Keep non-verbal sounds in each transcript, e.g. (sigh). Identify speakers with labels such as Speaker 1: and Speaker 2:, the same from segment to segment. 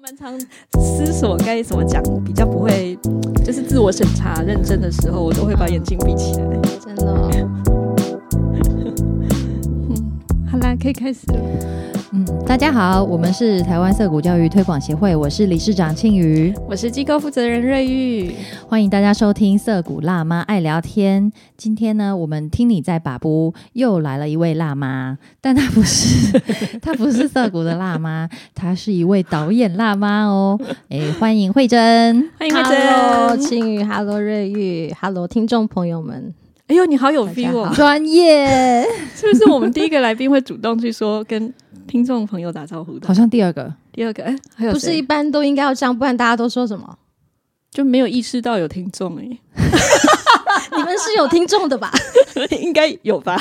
Speaker 1: 蛮常思索该怎么讲，比较不会就是自我审查认真的时候，我都会把眼睛闭起来。
Speaker 2: 真的、
Speaker 1: 哦
Speaker 3: (laughs)
Speaker 1: 好啦，可以开始了。
Speaker 2: 嗯，大家好，我们是台湾色谷教育推广协会，我是理事长庆瑜，
Speaker 1: 我是机构负责人瑞玉，
Speaker 2: 欢迎大家收听色谷辣妈爱聊天。今天呢，我们听你在把布又来了一位辣妈，但她不是， (laughs) 她不是色谷的辣妈，她是一位导演辣妈哦。哎，欢迎慧珍。
Speaker 1: 欢迎慧
Speaker 3: Hello，
Speaker 1: 珍。
Speaker 3: 青宇，Hello，瑞玉，Hello，听众朋友们，
Speaker 1: 哎呦，你好有
Speaker 3: 大
Speaker 1: feel
Speaker 3: 家
Speaker 1: 哦！
Speaker 2: 专业，
Speaker 1: 是不是我们第一个来宾会主动去说跟听众朋友打招呼
Speaker 2: 好
Speaker 1: 的？
Speaker 2: 像第二个，
Speaker 1: 第二个，哎，还有
Speaker 3: 不是
Speaker 1: 谁
Speaker 3: 一般都应该要这样，不然大家都说什
Speaker 1: (laughs)
Speaker 3: 么？
Speaker 1: 就没有意识到有听众哎，
Speaker 3: 你们是有听众
Speaker 1: (laughs)
Speaker 3: 的吧？
Speaker 1: 应该有吧？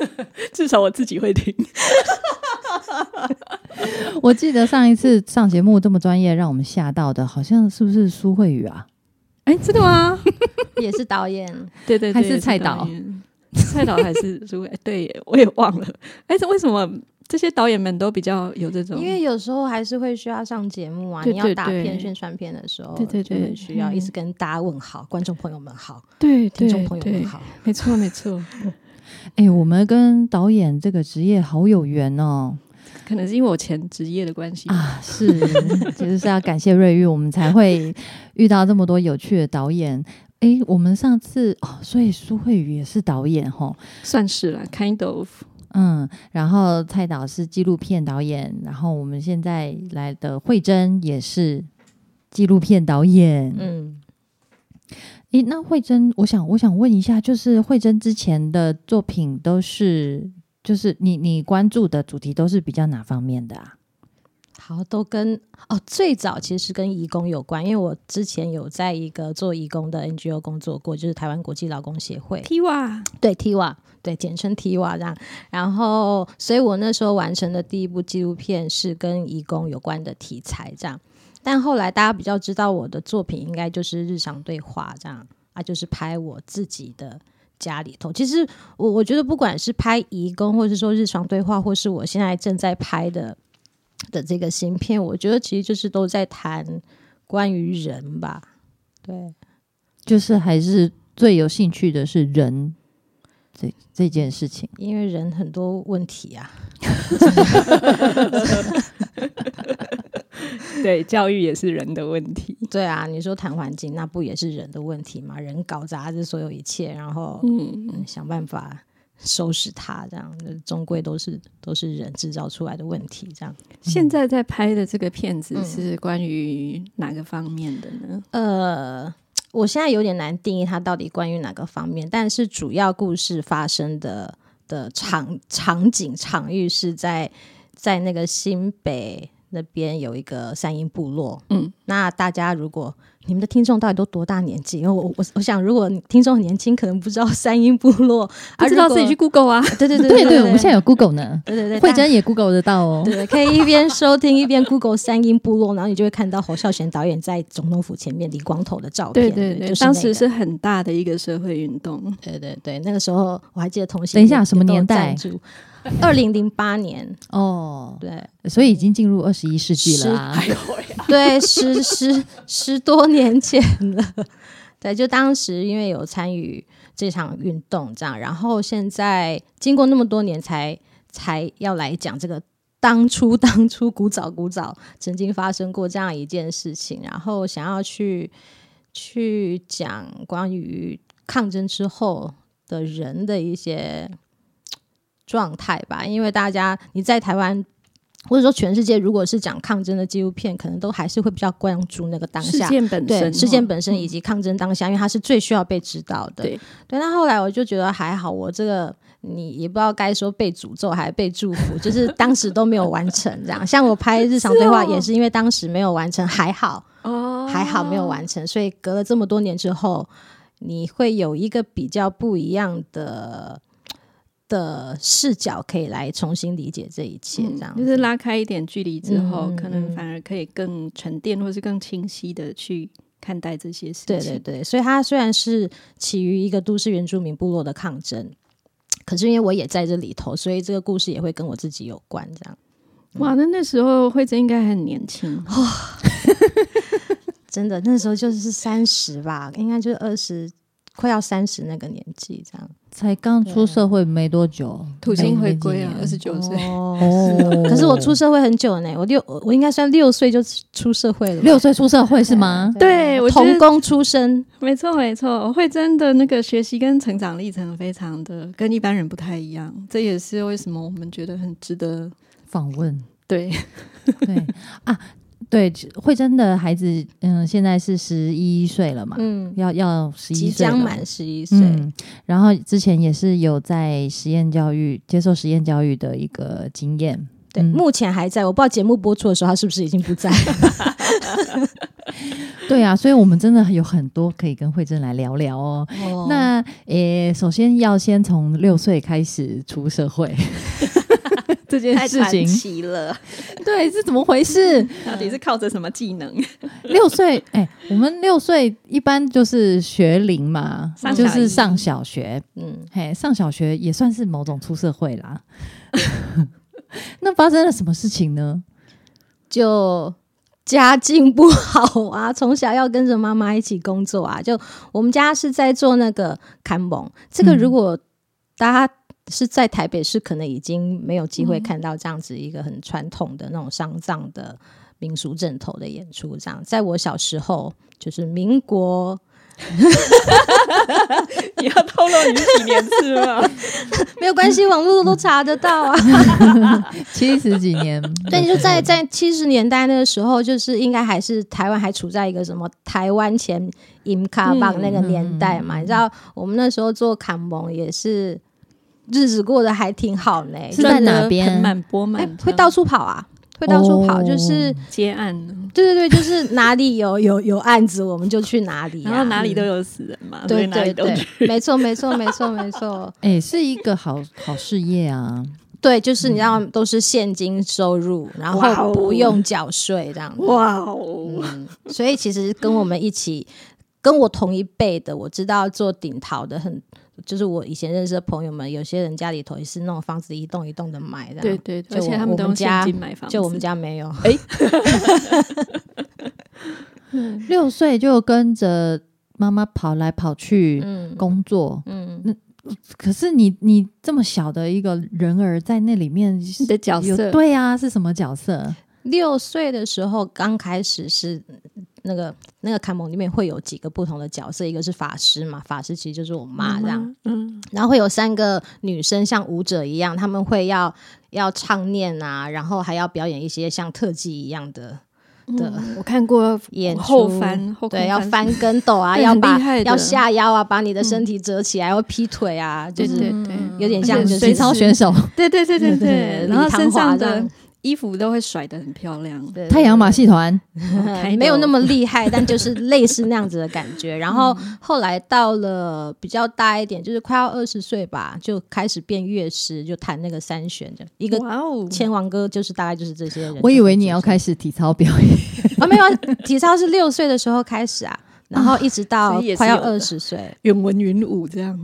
Speaker 1: (laughs) 至少我自己会听。
Speaker 2: 我记得上一次上节目这么专业，让我们吓到的，好像是不是苏慧宇啊？
Speaker 1: 哎，真的吗？
Speaker 3: 也是导演，
Speaker 1: (laughs) 对对对，
Speaker 2: 还是蔡导
Speaker 1: 导演？蔡导还是如果 (laughs) 对耶，我也忘了。哎，这为什么这些导演们都比较有这种？
Speaker 3: (laughs) 因为有时候还是会需要上节目啊，
Speaker 1: 对
Speaker 3: 你
Speaker 1: 对
Speaker 3: 要打
Speaker 1: 对
Speaker 3: 片、宣传片的时候，
Speaker 1: 对对
Speaker 3: 就
Speaker 1: 对
Speaker 3: 会需要
Speaker 1: 嗯
Speaker 3: 一直跟大家问好，观众朋友们好，
Speaker 1: 对
Speaker 3: 听
Speaker 1: 对
Speaker 3: 众朋友
Speaker 1: 对
Speaker 3: 们，好，
Speaker 1: 没错没错，
Speaker 2: 哎、我们跟导演这个职业好有缘哦！
Speaker 1: 可能是因为我前职业的关系。
Speaker 2: 啊，是， (laughs) 其实是要感谢瑞玉，我们才会遇到这么多有趣的导演。哎、我们上次哦，所以苏慧宇也是导演吼，
Speaker 1: 算是啦，kind of。
Speaker 2: 嗯，然后蔡导是纪录片导演，然后我们现在来的慧珍也是纪录片导演。嗯，
Speaker 3: 嗯，
Speaker 2: 诶，那慧珍，我想我想问一下，就是慧珍之前的作品都是，就是你你关注的主题都是比较哪方面的啊？
Speaker 3: 好，都跟哦，最早其实是跟义工有关，因为我之前有在一个做义工的 NGO 工作过，就是台湾国际劳工协会，
Speaker 1: T 哇，
Speaker 3: 对 Tiva，对简称 Tiva 这样。然后，所以我那时候完成的第一部纪录片是跟义工有关的题材这样。但后来大家比较知道我的作品，应该就是日常对话这样啊，就是拍我自己的。家里头，其实我我觉得，不管是拍义工，或是说日常对话，或是我现在正在拍的的这个新片，我觉得其实就是都在谈关于人吧，对，
Speaker 2: 就是还是最有兴趣的是人这这件事情。
Speaker 3: 因为人很多问题啊，
Speaker 1: 对，教育也是人的问题。
Speaker 3: 对啊，你说谈环境，那不也是人的问题吗？人搞砸这所有一切，然后、
Speaker 1: 嗯，
Speaker 3: 嗯想办法收拾它，这样就是终归都是都是人制造出来的问题。这样，
Speaker 1: 现在在拍的这个片子
Speaker 3: 嗯
Speaker 1: 是关于哪个方面的呢？
Speaker 3: 呃，我现在有点难定义它到底关于哪个方面，但是主要故事发生的的场场景场域是在在那个新北那边有一个山阴部落，
Speaker 1: 嗯，
Speaker 3: 那大家如果你们的听众到底都多大年纪？因为我我我想，如果你听众很年轻，可能不知道山阴部落，
Speaker 1: 不
Speaker 3: 啊，
Speaker 1: 知道
Speaker 3: 如
Speaker 1: 自
Speaker 3: 果
Speaker 1: 己去 Google 啊。
Speaker 3: 对对对
Speaker 2: 对
Speaker 3: 对，
Speaker 2: 对，我们现在有 Google 呢，
Speaker 3: 对对对大
Speaker 2: 慧。
Speaker 3: 家
Speaker 2: 珍也 Google 得到哦。
Speaker 3: 对对，可以一边收听一边 Google 山阴部落，然后你就会看到侯孝贤导演在总统府前面理光头的照片。
Speaker 1: 对对对，
Speaker 3: 就是那
Speaker 1: 当
Speaker 3: 个
Speaker 1: 时是很大的一个社会运动，
Speaker 3: 对对对，那个时候我还记得同行。
Speaker 2: 等一下什么年代？
Speaker 3: 二零零八年，
Speaker 2: 哦，
Speaker 3: 对
Speaker 2: 所以已经进入二十一世纪了啊。
Speaker 3: 对，十十十多年前了。对，就当时因为有参与这场运动，这样，然后现在经过那么多年才才要来讲这个当初当初古早古早曾经发生过这样一件事情，然后想要去去讲关于抗争之后的人的一些状态吧，因为大家你在台湾。或者说，全世界如果是讲抗争的纪录片，可能都还是会比较关注那个当
Speaker 1: 事
Speaker 3: 下，
Speaker 1: 件本
Speaker 3: 对
Speaker 1: 身，嗯
Speaker 3: 事件本
Speaker 1: 身。
Speaker 3: 身以及抗争当下，因为它是最需要被知道的。
Speaker 1: 对
Speaker 3: 那后来我就觉得还好，我这个你也不知道该说被诅咒还是被祝福，就是 (laughs) 当时都没有完成这样。像我拍日常对话
Speaker 1: 是哦
Speaker 3: 也是因为当时没有完成，还好
Speaker 1: 哦
Speaker 3: 还好没有完成，所以隔了这么多年之后，你会有一个比较不一样的。的视角可以来重新理解这一切，这样、
Speaker 1: 嗯就是拉开一点距离之后，
Speaker 3: 嗯
Speaker 1: 可能反而可以更沉淀，或是更清晰的去看待这些事情。
Speaker 3: 对对对，所以它虽然是起于一个都市原住民部落的抗争，可是因为我也在这里头，所以这个故事也会跟我自己有关。这样，哦
Speaker 1: 哇，那那时候慧珍应该还很年轻，
Speaker 3: 真的那时候就是三十吧，应该就是二十快要三十那个年纪这样。
Speaker 2: 才刚出社会没多久，
Speaker 1: 土星回归啊
Speaker 2: 没，
Speaker 1: 二十九岁，
Speaker 3: 哦，
Speaker 2: 哦
Speaker 3: 可是我出社会很久呢，我六我我应该算六岁就出社会了吧，
Speaker 2: 六岁出社会是吗？
Speaker 1: 对我觉得
Speaker 3: 童工出身，
Speaker 1: 没错没错，会真的那个学习跟成长历程非常的跟一般人不太一样，这也是为什么我们觉得很值得
Speaker 2: 访问
Speaker 3: (laughs)
Speaker 1: 对
Speaker 2: 对啊，对，慧珍的孩子，嗯，现在是十一岁了嘛，
Speaker 3: 嗯，
Speaker 2: 要要十一岁
Speaker 3: 即将
Speaker 2: 了
Speaker 3: 满十一岁，
Speaker 2: 嗯，然后之前也是有在实验教育接受实验教育的一个经验，
Speaker 3: 对，
Speaker 2: 嗯
Speaker 3: 目前还在，我不知道节目播出的时候他是不是已经不在。
Speaker 2: 对啊，所以我们真的有很多可以跟慧珍来聊聊哦。
Speaker 3: 哦
Speaker 2: 那诶，首先要先从六岁开始出
Speaker 3: (laughs)
Speaker 2: 社会 (laughs) 这件事情，
Speaker 1: 奇了，
Speaker 2: 对，是怎么
Speaker 3: (laughs)
Speaker 2: 回事？
Speaker 1: 到底是靠着什么技能？
Speaker 2: 六岁，哎、我们六岁一般就是学龄嘛
Speaker 1: 上，
Speaker 2: 就
Speaker 1: 小
Speaker 2: 是
Speaker 1: 一
Speaker 2: 上小学，
Speaker 3: 嗯，
Speaker 2: 嘿，上小学也算是某种出社会
Speaker 3: (laughs)
Speaker 2: 啦。 (laughs) 那发生了什么事情呢？
Speaker 3: 就家境不好啊，从小要跟着妈妈一起工作啊。就我们家是在做那个砍蒙，这个
Speaker 2: 嗯
Speaker 3: 如果大家。是在台北市，可能已经没有机会看到这样子一个很传统的那种丧葬的民俗阵头的演出。这样，在我小时候，就是民国
Speaker 1: 你要透露你是几年次吗？
Speaker 3: 没有关系，网络都查得到啊。，
Speaker 2: 七十几年
Speaker 3: (laughs)
Speaker 1: (laughs)
Speaker 3: 对，就在在七十年代那个时候，就是应该还是台湾还处在一个什么台湾前银卡棒那个年代
Speaker 1: 嗯
Speaker 3: 嘛。你知道，我们那时候做砍蒙也是日子过得还挺好呢，
Speaker 1: 哎
Speaker 2: 是在哪边
Speaker 1: 真的盆满钵
Speaker 3: 哎、
Speaker 1: 满，
Speaker 3: 会到处跑啊，会到处跑，
Speaker 2: 哦
Speaker 3: 就是
Speaker 1: 接案，
Speaker 3: 对对对，就是哪里有有有案子，我们就去哪里、啊，
Speaker 1: 然后哪里都
Speaker 3: 嗯。
Speaker 1: 有死人嘛，所
Speaker 3: 对
Speaker 1: 以哪
Speaker 3: 对
Speaker 1: 里都去。
Speaker 3: 对，没错没错没错没错，
Speaker 2: 哎、是一个好好事业啊！
Speaker 3: 对，就是你知
Speaker 1: 嗯
Speaker 3: 道都是现金收入，然
Speaker 1: 哇
Speaker 3: 后
Speaker 1: 哦
Speaker 3: 不用缴税这样子。
Speaker 1: 哇哦，
Speaker 3: 嗯，所以其实跟我们一起，跟我同一辈的，我知道做顶桃的很，就是我以前认识的朋友们，有些人家里头也是那种房子一栋一栋的买的，
Speaker 1: 对，对，对
Speaker 3: 就
Speaker 1: 而
Speaker 3: 我
Speaker 1: 且他们都
Speaker 3: 我们
Speaker 1: 用
Speaker 3: 家
Speaker 1: 现金买房子，
Speaker 3: 就我们家没
Speaker 1: (laughs)
Speaker 3: 有，
Speaker 1: 嗯
Speaker 2: 六岁就跟着妈妈跑来跑去
Speaker 3: 嗯
Speaker 2: 工作，
Speaker 3: (laughs) 嗯，
Speaker 2: 可是你你这么小的一个人儿在那里面
Speaker 1: 你的角
Speaker 2: 有
Speaker 1: 色，
Speaker 2: 对啊，是什么角色？
Speaker 3: 六岁的时候刚开始是那个那个坎蒙里面会有几个不同的角色，一个是法师嘛，法师其实就是我妈这样，
Speaker 1: 嗯，嗯，
Speaker 3: 然后会有三个女生像舞者一样，她们会要要唱念啊，然后还要表演一些像特技一样的的
Speaker 1: 嗯我看过
Speaker 3: 演出
Speaker 1: 后翻，后空
Speaker 3: 对，要
Speaker 1: 翻
Speaker 3: 翻跟斗啊，
Speaker 1: (laughs) 对
Speaker 3: 要
Speaker 1: 很
Speaker 3: 把
Speaker 1: 厉害的嗯
Speaker 3: 要下腰啊，把你的身体折起来，或劈腿啊，就
Speaker 1: 对
Speaker 3: 是
Speaker 1: 对对
Speaker 3: 有点像
Speaker 1: 而且
Speaker 3: 就是
Speaker 2: 水
Speaker 1: 随
Speaker 2: 嗯操选手，
Speaker 1: 对对对对
Speaker 3: 对 (laughs)
Speaker 1: 对，然后
Speaker 3: 李唐
Speaker 1: 身
Speaker 3: 华
Speaker 1: 上
Speaker 3: 这
Speaker 1: 的
Speaker 3: 样
Speaker 1: 衣服都会甩得很漂亮，
Speaker 3: 对
Speaker 2: 太阳马戏团，
Speaker 1: 开
Speaker 3: 没有
Speaker 1: 头
Speaker 3: 那么厉害，但就是类似那样子的感觉。然后
Speaker 1: 嗯
Speaker 3: 后来到了比较大一点，就是快要二十岁吧，就开始变乐师，就弹那个三弦的一个。
Speaker 1: 哇哦，
Speaker 3: 千王歌就是大概就是这些人。
Speaker 2: 我以为你要开始体操表演，
Speaker 3: 啊，没有啊体操是六岁的时候开始啊，然后一直到
Speaker 1: (laughs) 所以也是
Speaker 3: 快要
Speaker 1: 有的
Speaker 3: 二十岁，
Speaker 1: 云文云武这样，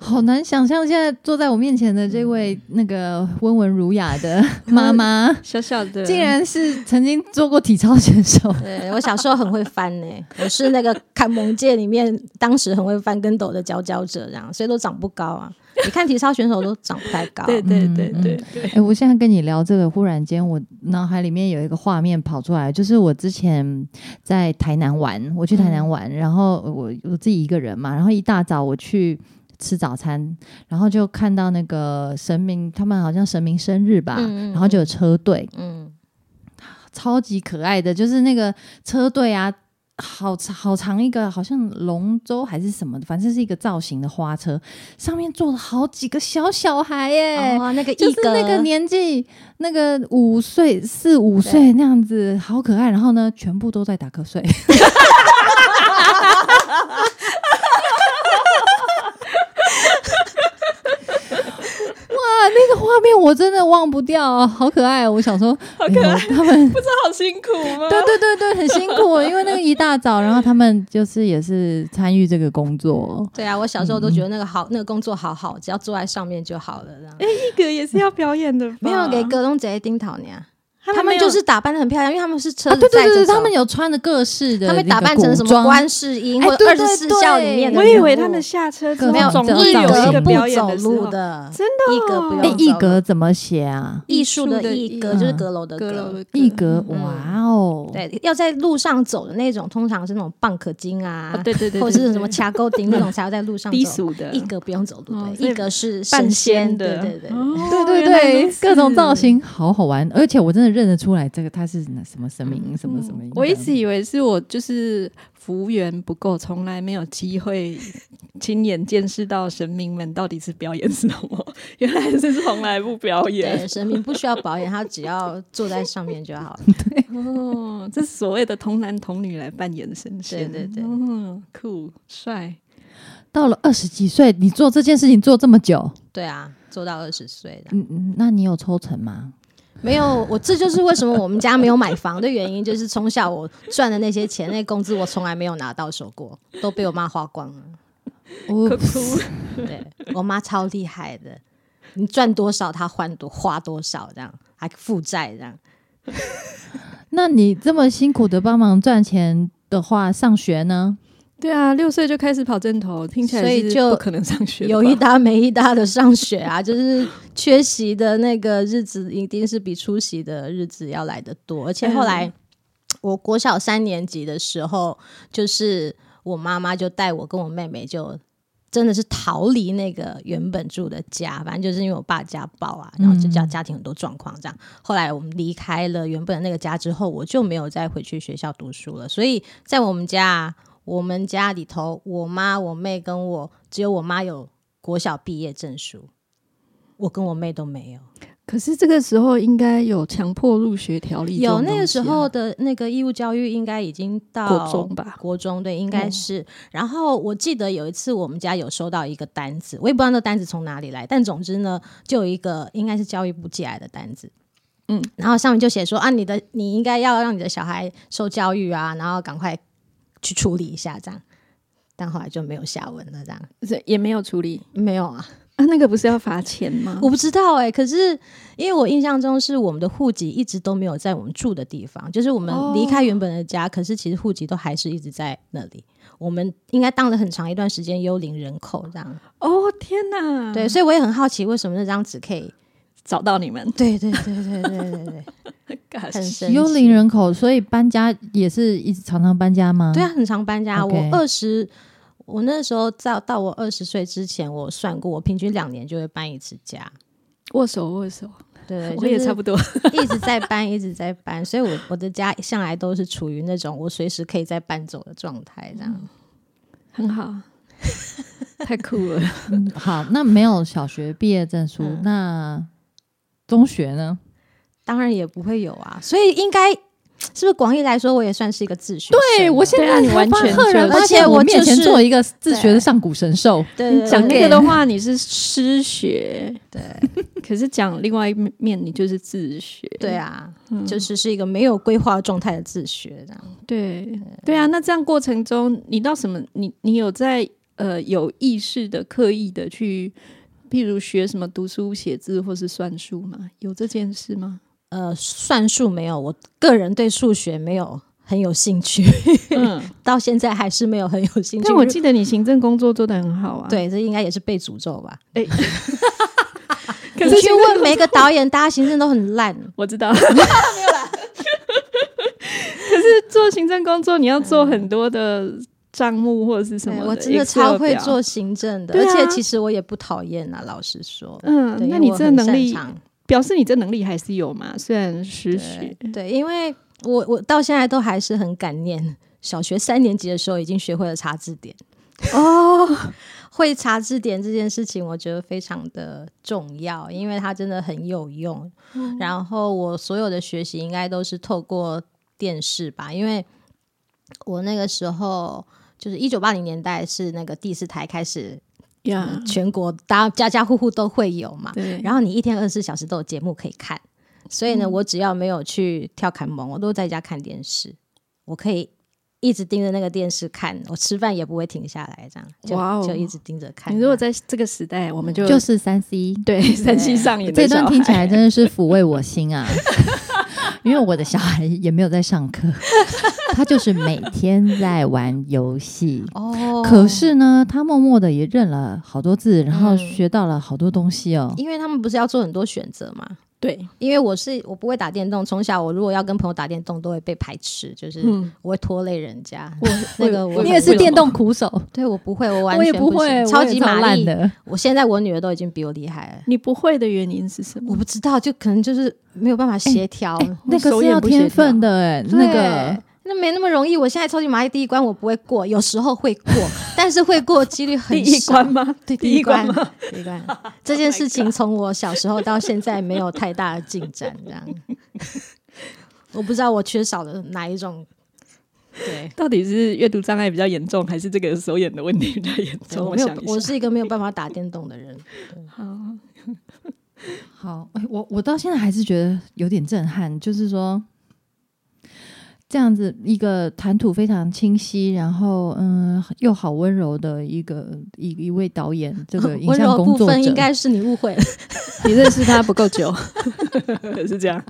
Speaker 2: 好难想象现在坐在我面前的这
Speaker 1: 嗯
Speaker 2: 位那个温文儒雅
Speaker 1: (laughs)
Speaker 2: 的妈妈，
Speaker 1: 小小的，
Speaker 2: 竟然是曾经做过体操选手。
Speaker 3: 对我小时候很会翻呢、我是那个看蒙界里面当时很会翻跟斗的佼佼者，这样，所以都长不高啊。你看体操选手都长不太 (laughs) 高，
Speaker 1: 对对对
Speaker 2: 嗯
Speaker 1: 对对
Speaker 2: 哎、，我现在跟你聊这个，忽然间我脑海里面有一个画面跑出来，就是我之前在台南玩，我去台
Speaker 3: 嗯
Speaker 2: 南玩，然后我我自己一个人嘛，然后一大早我去。吃早餐，然后就看到那个神明，他们好像神明生日吧，
Speaker 3: 嗯嗯嗯
Speaker 2: 然后就有车队，
Speaker 3: 嗯，
Speaker 2: 超级可爱的，就是那个车队啊，好长好长一个，好像龙舟还是什么的，反正是一个造型的花车，上面坐了好几个小小孩耶、
Speaker 3: 哦，那个
Speaker 2: 就
Speaker 3: 一
Speaker 2: 是
Speaker 3: 哥，
Speaker 2: 那个年纪，那个五岁四五岁那样子，好可爱。然后呢，全部都在打
Speaker 3: (laughs)
Speaker 2: 瞌睡。哇，那个画面我真的忘不掉、好可爱、哦！我想说，好可爱，
Speaker 3: (laughs)
Speaker 2: 他们
Speaker 1: 不是好辛苦吗？
Speaker 2: 对对对对，很辛苦，因为那个一大早，然后他们就是也是参与这个工作，
Speaker 3: 对啊，我小时候都觉得那个好，那个工作好好，只要坐在上面就好了，这样。
Speaker 1: 一个也是要表演的吧，
Speaker 3: 没有给葛东贼盯讨你啊，
Speaker 1: 他
Speaker 3: 他
Speaker 1: 们没
Speaker 3: 们
Speaker 1: 有
Speaker 3: 就是打扮的很漂亮，因为他们是车
Speaker 2: 啊，
Speaker 3: 子
Speaker 2: 对对
Speaker 3: 载
Speaker 2: 对
Speaker 3: 着
Speaker 2: 对，
Speaker 3: 走，
Speaker 2: 他们有穿的各式的，
Speaker 3: 他们打扮成什么观世音
Speaker 2: 哎
Speaker 3: 或者
Speaker 2: 对
Speaker 3: 二
Speaker 2: 对
Speaker 3: 十四孝里面的
Speaker 1: 我
Speaker 3: 人物，
Speaker 1: 以为他们下车之后
Speaker 3: 没有
Speaker 1: 总
Speaker 2: 各
Speaker 1: 会
Speaker 3: 一
Speaker 2: 种
Speaker 1: 有
Speaker 3: 格
Speaker 1: 一个
Speaker 2: 型
Speaker 1: 表
Speaker 3: 不
Speaker 1: 演
Speaker 3: 走
Speaker 1: 的时
Speaker 3: 路
Speaker 1: 候，
Speaker 3: 的，
Speaker 1: 真的
Speaker 3: 一格不
Speaker 1: 哦
Speaker 2: 哎
Speaker 3: 用，
Speaker 2: 一
Speaker 3: 走
Speaker 2: 格怎么写啊？
Speaker 3: 艺术
Speaker 1: 艺术
Speaker 3: 的
Speaker 1: 的
Speaker 3: 一
Speaker 1: 一
Speaker 3: 格就是
Speaker 2: 格
Speaker 3: 阁楼的
Speaker 1: 阁楼的阁
Speaker 2: 一格，
Speaker 3: 嗯
Speaker 2: 哇哦，
Speaker 3: 对，要在路上走的那种，通常是那种蚌壳精啊，
Speaker 1: 哦对对对，
Speaker 3: 或者
Speaker 1: 对
Speaker 3: 是什么
Speaker 1: 对
Speaker 3: 卡沟丁那种才要在路
Speaker 1: (laughs)
Speaker 3: 上
Speaker 1: 低
Speaker 3: 走。
Speaker 1: 俗的
Speaker 3: 一格不用走路，
Speaker 1: 哦
Speaker 3: 对，
Speaker 1: 所
Speaker 3: 一
Speaker 1: 以
Speaker 3: 格是
Speaker 1: 半
Speaker 3: 神仙
Speaker 1: 仙的，
Speaker 3: 对对对。
Speaker 1: 哦
Speaker 2: 对对
Speaker 1: 原来如
Speaker 2: 对，
Speaker 1: 此
Speaker 2: 各种造型好好玩，而且我真的认得出来，这个他是哪什么神明，什么什么。
Speaker 1: 嗯我一直以为是我就是服务员不够，从来没有机会亲眼见识到神明们到底是表演什么，原来是从来不表
Speaker 3: 对， (laughs)
Speaker 1: 演。
Speaker 3: 神明不需要保养，他只要坐在上面就好了。
Speaker 1: 哦，这是所谓的童男童女来扮演神仙，
Speaker 3: 对对对
Speaker 1: 嗯，酷帅。
Speaker 2: 到了二十几岁，你做这件事情做这么久，
Speaker 3: 对啊，做到二十岁的
Speaker 2: 嗯嗯，那你有抽成吗？
Speaker 3: 没有我，这就是为什么我们家没有买房的原因，就是从小我赚的那些钱，那工资我从来没有拿到手过，都被我妈花光了。
Speaker 2: 我
Speaker 1: 可哭，
Speaker 3: 对我妈超厉害的，你赚多少她还多花多少，这样还负债这样。
Speaker 2: (laughs) 那你这么辛苦的帮忙赚钱的话，上学呢？
Speaker 1: 对啊，六岁就开始跑正头，听起来
Speaker 3: 所以
Speaker 1: 是
Speaker 3: 就
Speaker 1: 不可能上学的吧。
Speaker 3: 有一搭没一搭的上学啊，就是缺席的那个日子一定是比出席的日子要来得多。而且后来，我国小三年级的时候，就是我妈妈就带我跟我妹妹就。真的是逃离那个原本住的家，反正就是因为我爸家暴啊，然后就家
Speaker 2: 嗯
Speaker 3: 家庭很多状况这样。后来我们离开了原本的那个家之后，我就没有再回去学校读书了。所以在我们家啊，我们家里头，我妈、我妹跟我，只有我妈有国小毕业证书，我跟我妹都没有。
Speaker 1: 可是这个时候应该有强迫入学条例这种
Speaker 3: 有
Speaker 1: 东西啊，啊
Speaker 3: 那个时候的那个义务教育应该已经到
Speaker 1: 国中吧？
Speaker 3: 国中对，应该是。然后我记得有一次我们家有收到一个单子，我也不知道那单子从哪里来，但总之呢，就有一个应该是教育部寄来的单子。
Speaker 1: 嗯，
Speaker 3: 然后上面就写说啊，你的你应该要让你的小孩受教育啊，然后赶快去处理一下这样。但后来就没有下文了，这样
Speaker 1: 这也没有处理
Speaker 3: 没有啊，
Speaker 1: 啊，那个不是要罚钱吗？
Speaker 3: 我不知道哎、可是因为我印象中是我们的户籍一直都没有在我们住的地方，就是我们
Speaker 1: 哦
Speaker 3: 离开原本的家，可是其实户籍都还是一直在那里。我们应该当了很长一段时间幽灵人口这样，
Speaker 1: 哦天哪！
Speaker 3: 对，，所以我也很好奇为什么那张纸可以，
Speaker 1: 找到你们， (laughs)
Speaker 3: 对对对对对对对，
Speaker 1: 很
Speaker 3: 很神奇
Speaker 2: 幽灵人口，所以搬家也是一直常常搬家
Speaker 3: (laughs)
Speaker 2: 吗？
Speaker 3: 对啊，，很常搬家。
Speaker 2: OK
Speaker 3: 我二十，我那时候到到我二十岁之前，我算过，我平均两年就会搬一次家，
Speaker 1: 握手握手，
Speaker 3: (laughs) 对，
Speaker 1: 我也
Speaker 3: 就是
Speaker 1: 差不多。
Speaker 3: 一直在搬，一直在搬，所以我我的家向来都是处于那种我随时可以再搬走的状态，这样。
Speaker 1: 嗯很好， (laughs) 太酷了。
Speaker 2: 嗯，好，那没有小学毕业证书，
Speaker 3: 嗯
Speaker 2: 那中学呢？
Speaker 3: 当然也不会有啊，所以应该是不是广义来说，我也算是一个自学生啊。
Speaker 1: (laughs) 对啊你完全
Speaker 2: 赫然
Speaker 1: 就
Speaker 2: 发
Speaker 3: 而且
Speaker 2: 现
Speaker 3: 我
Speaker 2: 面
Speaker 3: 就
Speaker 2: 前
Speaker 3: 是
Speaker 2: 做一个自学的上古神兽，
Speaker 3: 对对对
Speaker 1: 讲那
Speaker 3: 对
Speaker 1: 个的话，你是失学，
Speaker 3: 对
Speaker 1: (laughs) 可是讲另外一面，你就是自学。
Speaker 3: 对啊，
Speaker 1: 嗯
Speaker 3: 就是是一个没有规划状态的自学这样。
Speaker 1: 对对啊。那这样过程中，你到什么？你你有在呃有意识的、刻意的去，譬如学什么读书、写字或是算术吗？有这件事 (laughs) 吗？
Speaker 3: 呃，算术没有，我个人对数学没有很有兴趣， (laughs)
Speaker 1: 嗯，
Speaker 3: 到现在还是没有很有兴趣。
Speaker 1: 但我记得你行政工作做得很好啊。，
Speaker 3: 对，这应该也是被诅咒吧？
Speaker 1: 可
Speaker 3: 你
Speaker 1: 是
Speaker 3: 去
Speaker 1: 行政
Speaker 3: 问每个导演，大家行政都很烂。
Speaker 1: 我知
Speaker 3: (laughs)
Speaker 1: 道，没有啦。可是做行政工作，你要做很多的账目或者是什
Speaker 3: 对
Speaker 1: 么
Speaker 3: 我真的超会。做
Speaker 1: Excel 表
Speaker 3: 行政的，
Speaker 1: 对
Speaker 3: 而
Speaker 1: 啊
Speaker 3: 且其实我也不讨厌啊，老实说。对
Speaker 1: 嗯，那
Speaker 3: 因为
Speaker 1: 你
Speaker 3: 我
Speaker 1: 这
Speaker 3: 很
Speaker 1: 能
Speaker 3: 擅
Speaker 1: 力
Speaker 3: 长
Speaker 1: 表示你这能力还是有嘛？虽然失学，
Speaker 3: 对对，因为我我到现在都还是很感念小学三年级的时候已经学会了查字典。
Speaker 1: 哦，
Speaker 3: 会查字典这件事情，我觉得非常的重要，因为它真的很有用。
Speaker 1: 嗯
Speaker 3: 然后我所有的学习应该都是透过电视吧，因为我那个时候就是一九八零年代是那个第四台开始，
Speaker 1: 呀，
Speaker 3: 全国大家家户户都会有嘛，
Speaker 1: 对，
Speaker 3: 然后你一天二十四小时都有节目可以看，所以呢，我只要没有去跳看蒙，我都在家看电视，我可以一直盯着那个电视看，我吃饭也不会停下来，这样就、
Speaker 1: 哇哦
Speaker 3: 就一直盯着看。
Speaker 1: 你如果在这个时代，我们就
Speaker 2: 就是三 C。
Speaker 1: (laughs) 对三 C 上瘾的
Speaker 2: 这
Speaker 1: 小
Speaker 2: 段
Speaker 1: 孩
Speaker 2: 听起来真的是抚慰我心啊！ (laughs) 因为我的小孩也没有在上课， (laughs) 他就是每天在玩游戏。
Speaker 3: 哦
Speaker 2: 可是呢，他默默的也认了好多字，然后
Speaker 3: 嗯
Speaker 2: 学到了好多东西哦。
Speaker 3: 因为他们不是要做很多选择嘛，
Speaker 1: 对，
Speaker 3: 因为我是我不会打电动，从小我如果要跟朋友打电动都会被排斥，就是
Speaker 1: 嗯，
Speaker 3: 我会拖累人家。
Speaker 1: 我
Speaker 3: 那个我
Speaker 2: 你也是电，动苦手，
Speaker 3: 对我不会，我完
Speaker 2: 我也
Speaker 3: 全
Speaker 2: 不会，
Speaker 3: 行
Speaker 2: 我
Speaker 3: 超
Speaker 2: 也
Speaker 3: 级
Speaker 2: 超
Speaker 3: 玛
Speaker 2: 烂
Speaker 3: 丽。
Speaker 2: 的。
Speaker 3: 我现在我女儿都已经比我厉害了，
Speaker 1: 你不会的原因是什
Speaker 3: 我
Speaker 1: 么？
Speaker 3: 不知道，就可能就是没有办法协调。
Speaker 2: 那个
Speaker 1: 手
Speaker 2: 是
Speaker 1: 眼
Speaker 2: 要
Speaker 1: 不协
Speaker 2: 天分
Speaker 1: 调
Speaker 2: 的哎，
Speaker 3: 对
Speaker 2: 那个。
Speaker 3: 那没那么容易。我现在超级玛丽第一关我不会过，有时候会过，但是会过几率很
Speaker 1: 第
Speaker 3: 少。
Speaker 1: 一关吗？
Speaker 3: 对
Speaker 1: 第
Speaker 3: 第
Speaker 1: 一
Speaker 3: 一
Speaker 1: 关
Speaker 3: 关
Speaker 1: 吗？
Speaker 3: 第一关 (laughs) 这件事情从我小时候到现在没有太大的进展，这样。我不知道我缺少了哪一种，对。
Speaker 1: 到底是阅读障碍比较严重，还是这个手眼的问题比较严
Speaker 3: 对
Speaker 1: 重？
Speaker 3: 我没有
Speaker 1: 想，一
Speaker 3: 我
Speaker 1: 下，
Speaker 3: 是一个没有办法打电动的人。
Speaker 1: 好，
Speaker 2: 好，哎我我到现在还是觉得有点震撼，就是说这样子一个谈吐非常清晰，然后嗯又好温柔的一个一一位导演，这个
Speaker 3: (laughs)
Speaker 2: 影
Speaker 3: 温
Speaker 2: 像
Speaker 3: 柔
Speaker 2: 工
Speaker 3: 部
Speaker 2: 作者
Speaker 3: 分应该是你误会了，
Speaker 1: 你认识他不够久， (laughs) 是这样。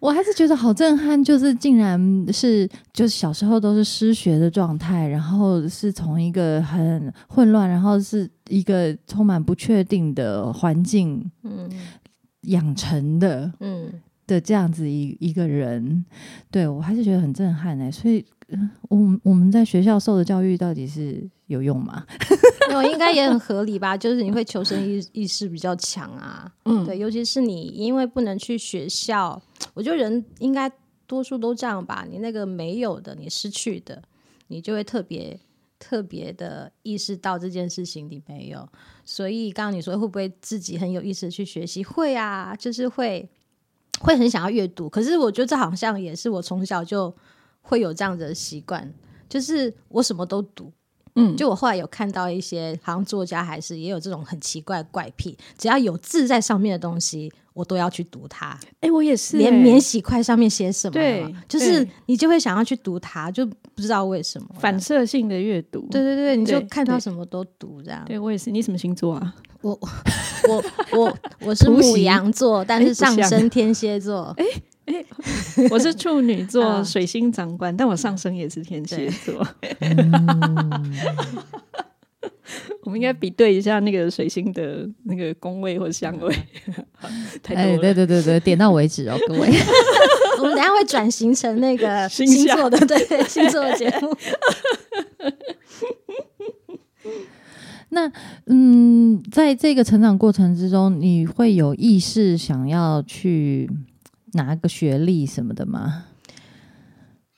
Speaker 2: 我还是觉得好震撼，就是竟然是就是小时候都是失学的状态，然后是从一个很混乱，然后是一个充满不确定的环境
Speaker 3: 嗯
Speaker 2: 养成的
Speaker 3: 嗯，
Speaker 2: 的这样子一一个人，对我还是觉得很震撼哎、所以。嗯我们我们在学校受的教育到底是有用吗？
Speaker 3: (laughs) 没有，应该也很合理吧？就是你会求生意意识比较强啊，
Speaker 1: 嗯，
Speaker 3: 对，尤其是你因为不能去学校，我觉得人应该多数都这样吧。你那个没有的，你失去的，你就会特别特别的意识到这件事情你没有。所以刚刚你说会不会自己很有意识地去学习？会啊，就是会会很想要阅读。可是我觉得这好像也是我从小就会有这样子的习惯，就是我什么都读。
Speaker 1: 嗯
Speaker 3: 就我后来有看到一些，好像作家还是也有这种很奇怪的怪癖，只要有字在上面的东西，我都要去读它，
Speaker 1: 哎，我也是欸，
Speaker 3: 连免洗块上面写什么
Speaker 1: 对
Speaker 3: 啊，就是
Speaker 1: 对
Speaker 3: 你就会想要去读它，就不知道为什么。
Speaker 1: 反射性的阅读。
Speaker 3: 对对对，你就
Speaker 1: 对
Speaker 3: 看到
Speaker 1: 对
Speaker 3: 什么都读这样。
Speaker 1: 对，我也是。你什么星座 (laughs) 啊？
Speaker 3: 我
Speaker 1: (laughs)
Speaker 3: 我我我是
Speaker 1: 突袭
Speaker 3: 母羊座，但
Speaker 1: 哎
Speaker 3: 是
Speaker 1: 不
Speaker 3: 上
Speaker 1: 像 (laughs) 哎
Speaker 3: 升天蝎座，
Speaker 1: 我是处女座，
Speaker 3: 啊
Speaker 1: 水星长官，但我上升也是天蝎座。 (laughs) 我们应该比对一下那个水星的那个宫位或相位，太
Speaker 2: 哎，
Speaker 1: 多了。
Speaker 2: 对对对对，点到为止哦，各位。 (laughs)
Speaker 3: 我们等一下会转型成那个
Speaker 1: (laughs) 星
Speaker 3: 星
Speaker 1: 象
Speaker 3: 座的，对
Speaker 1: (laughs)
Speaker 3: 星座的节目。 (laughs)
Speaker 2: 那嗯，在这个成长过程之中，你会有意识想要去拿个学历什么的吗？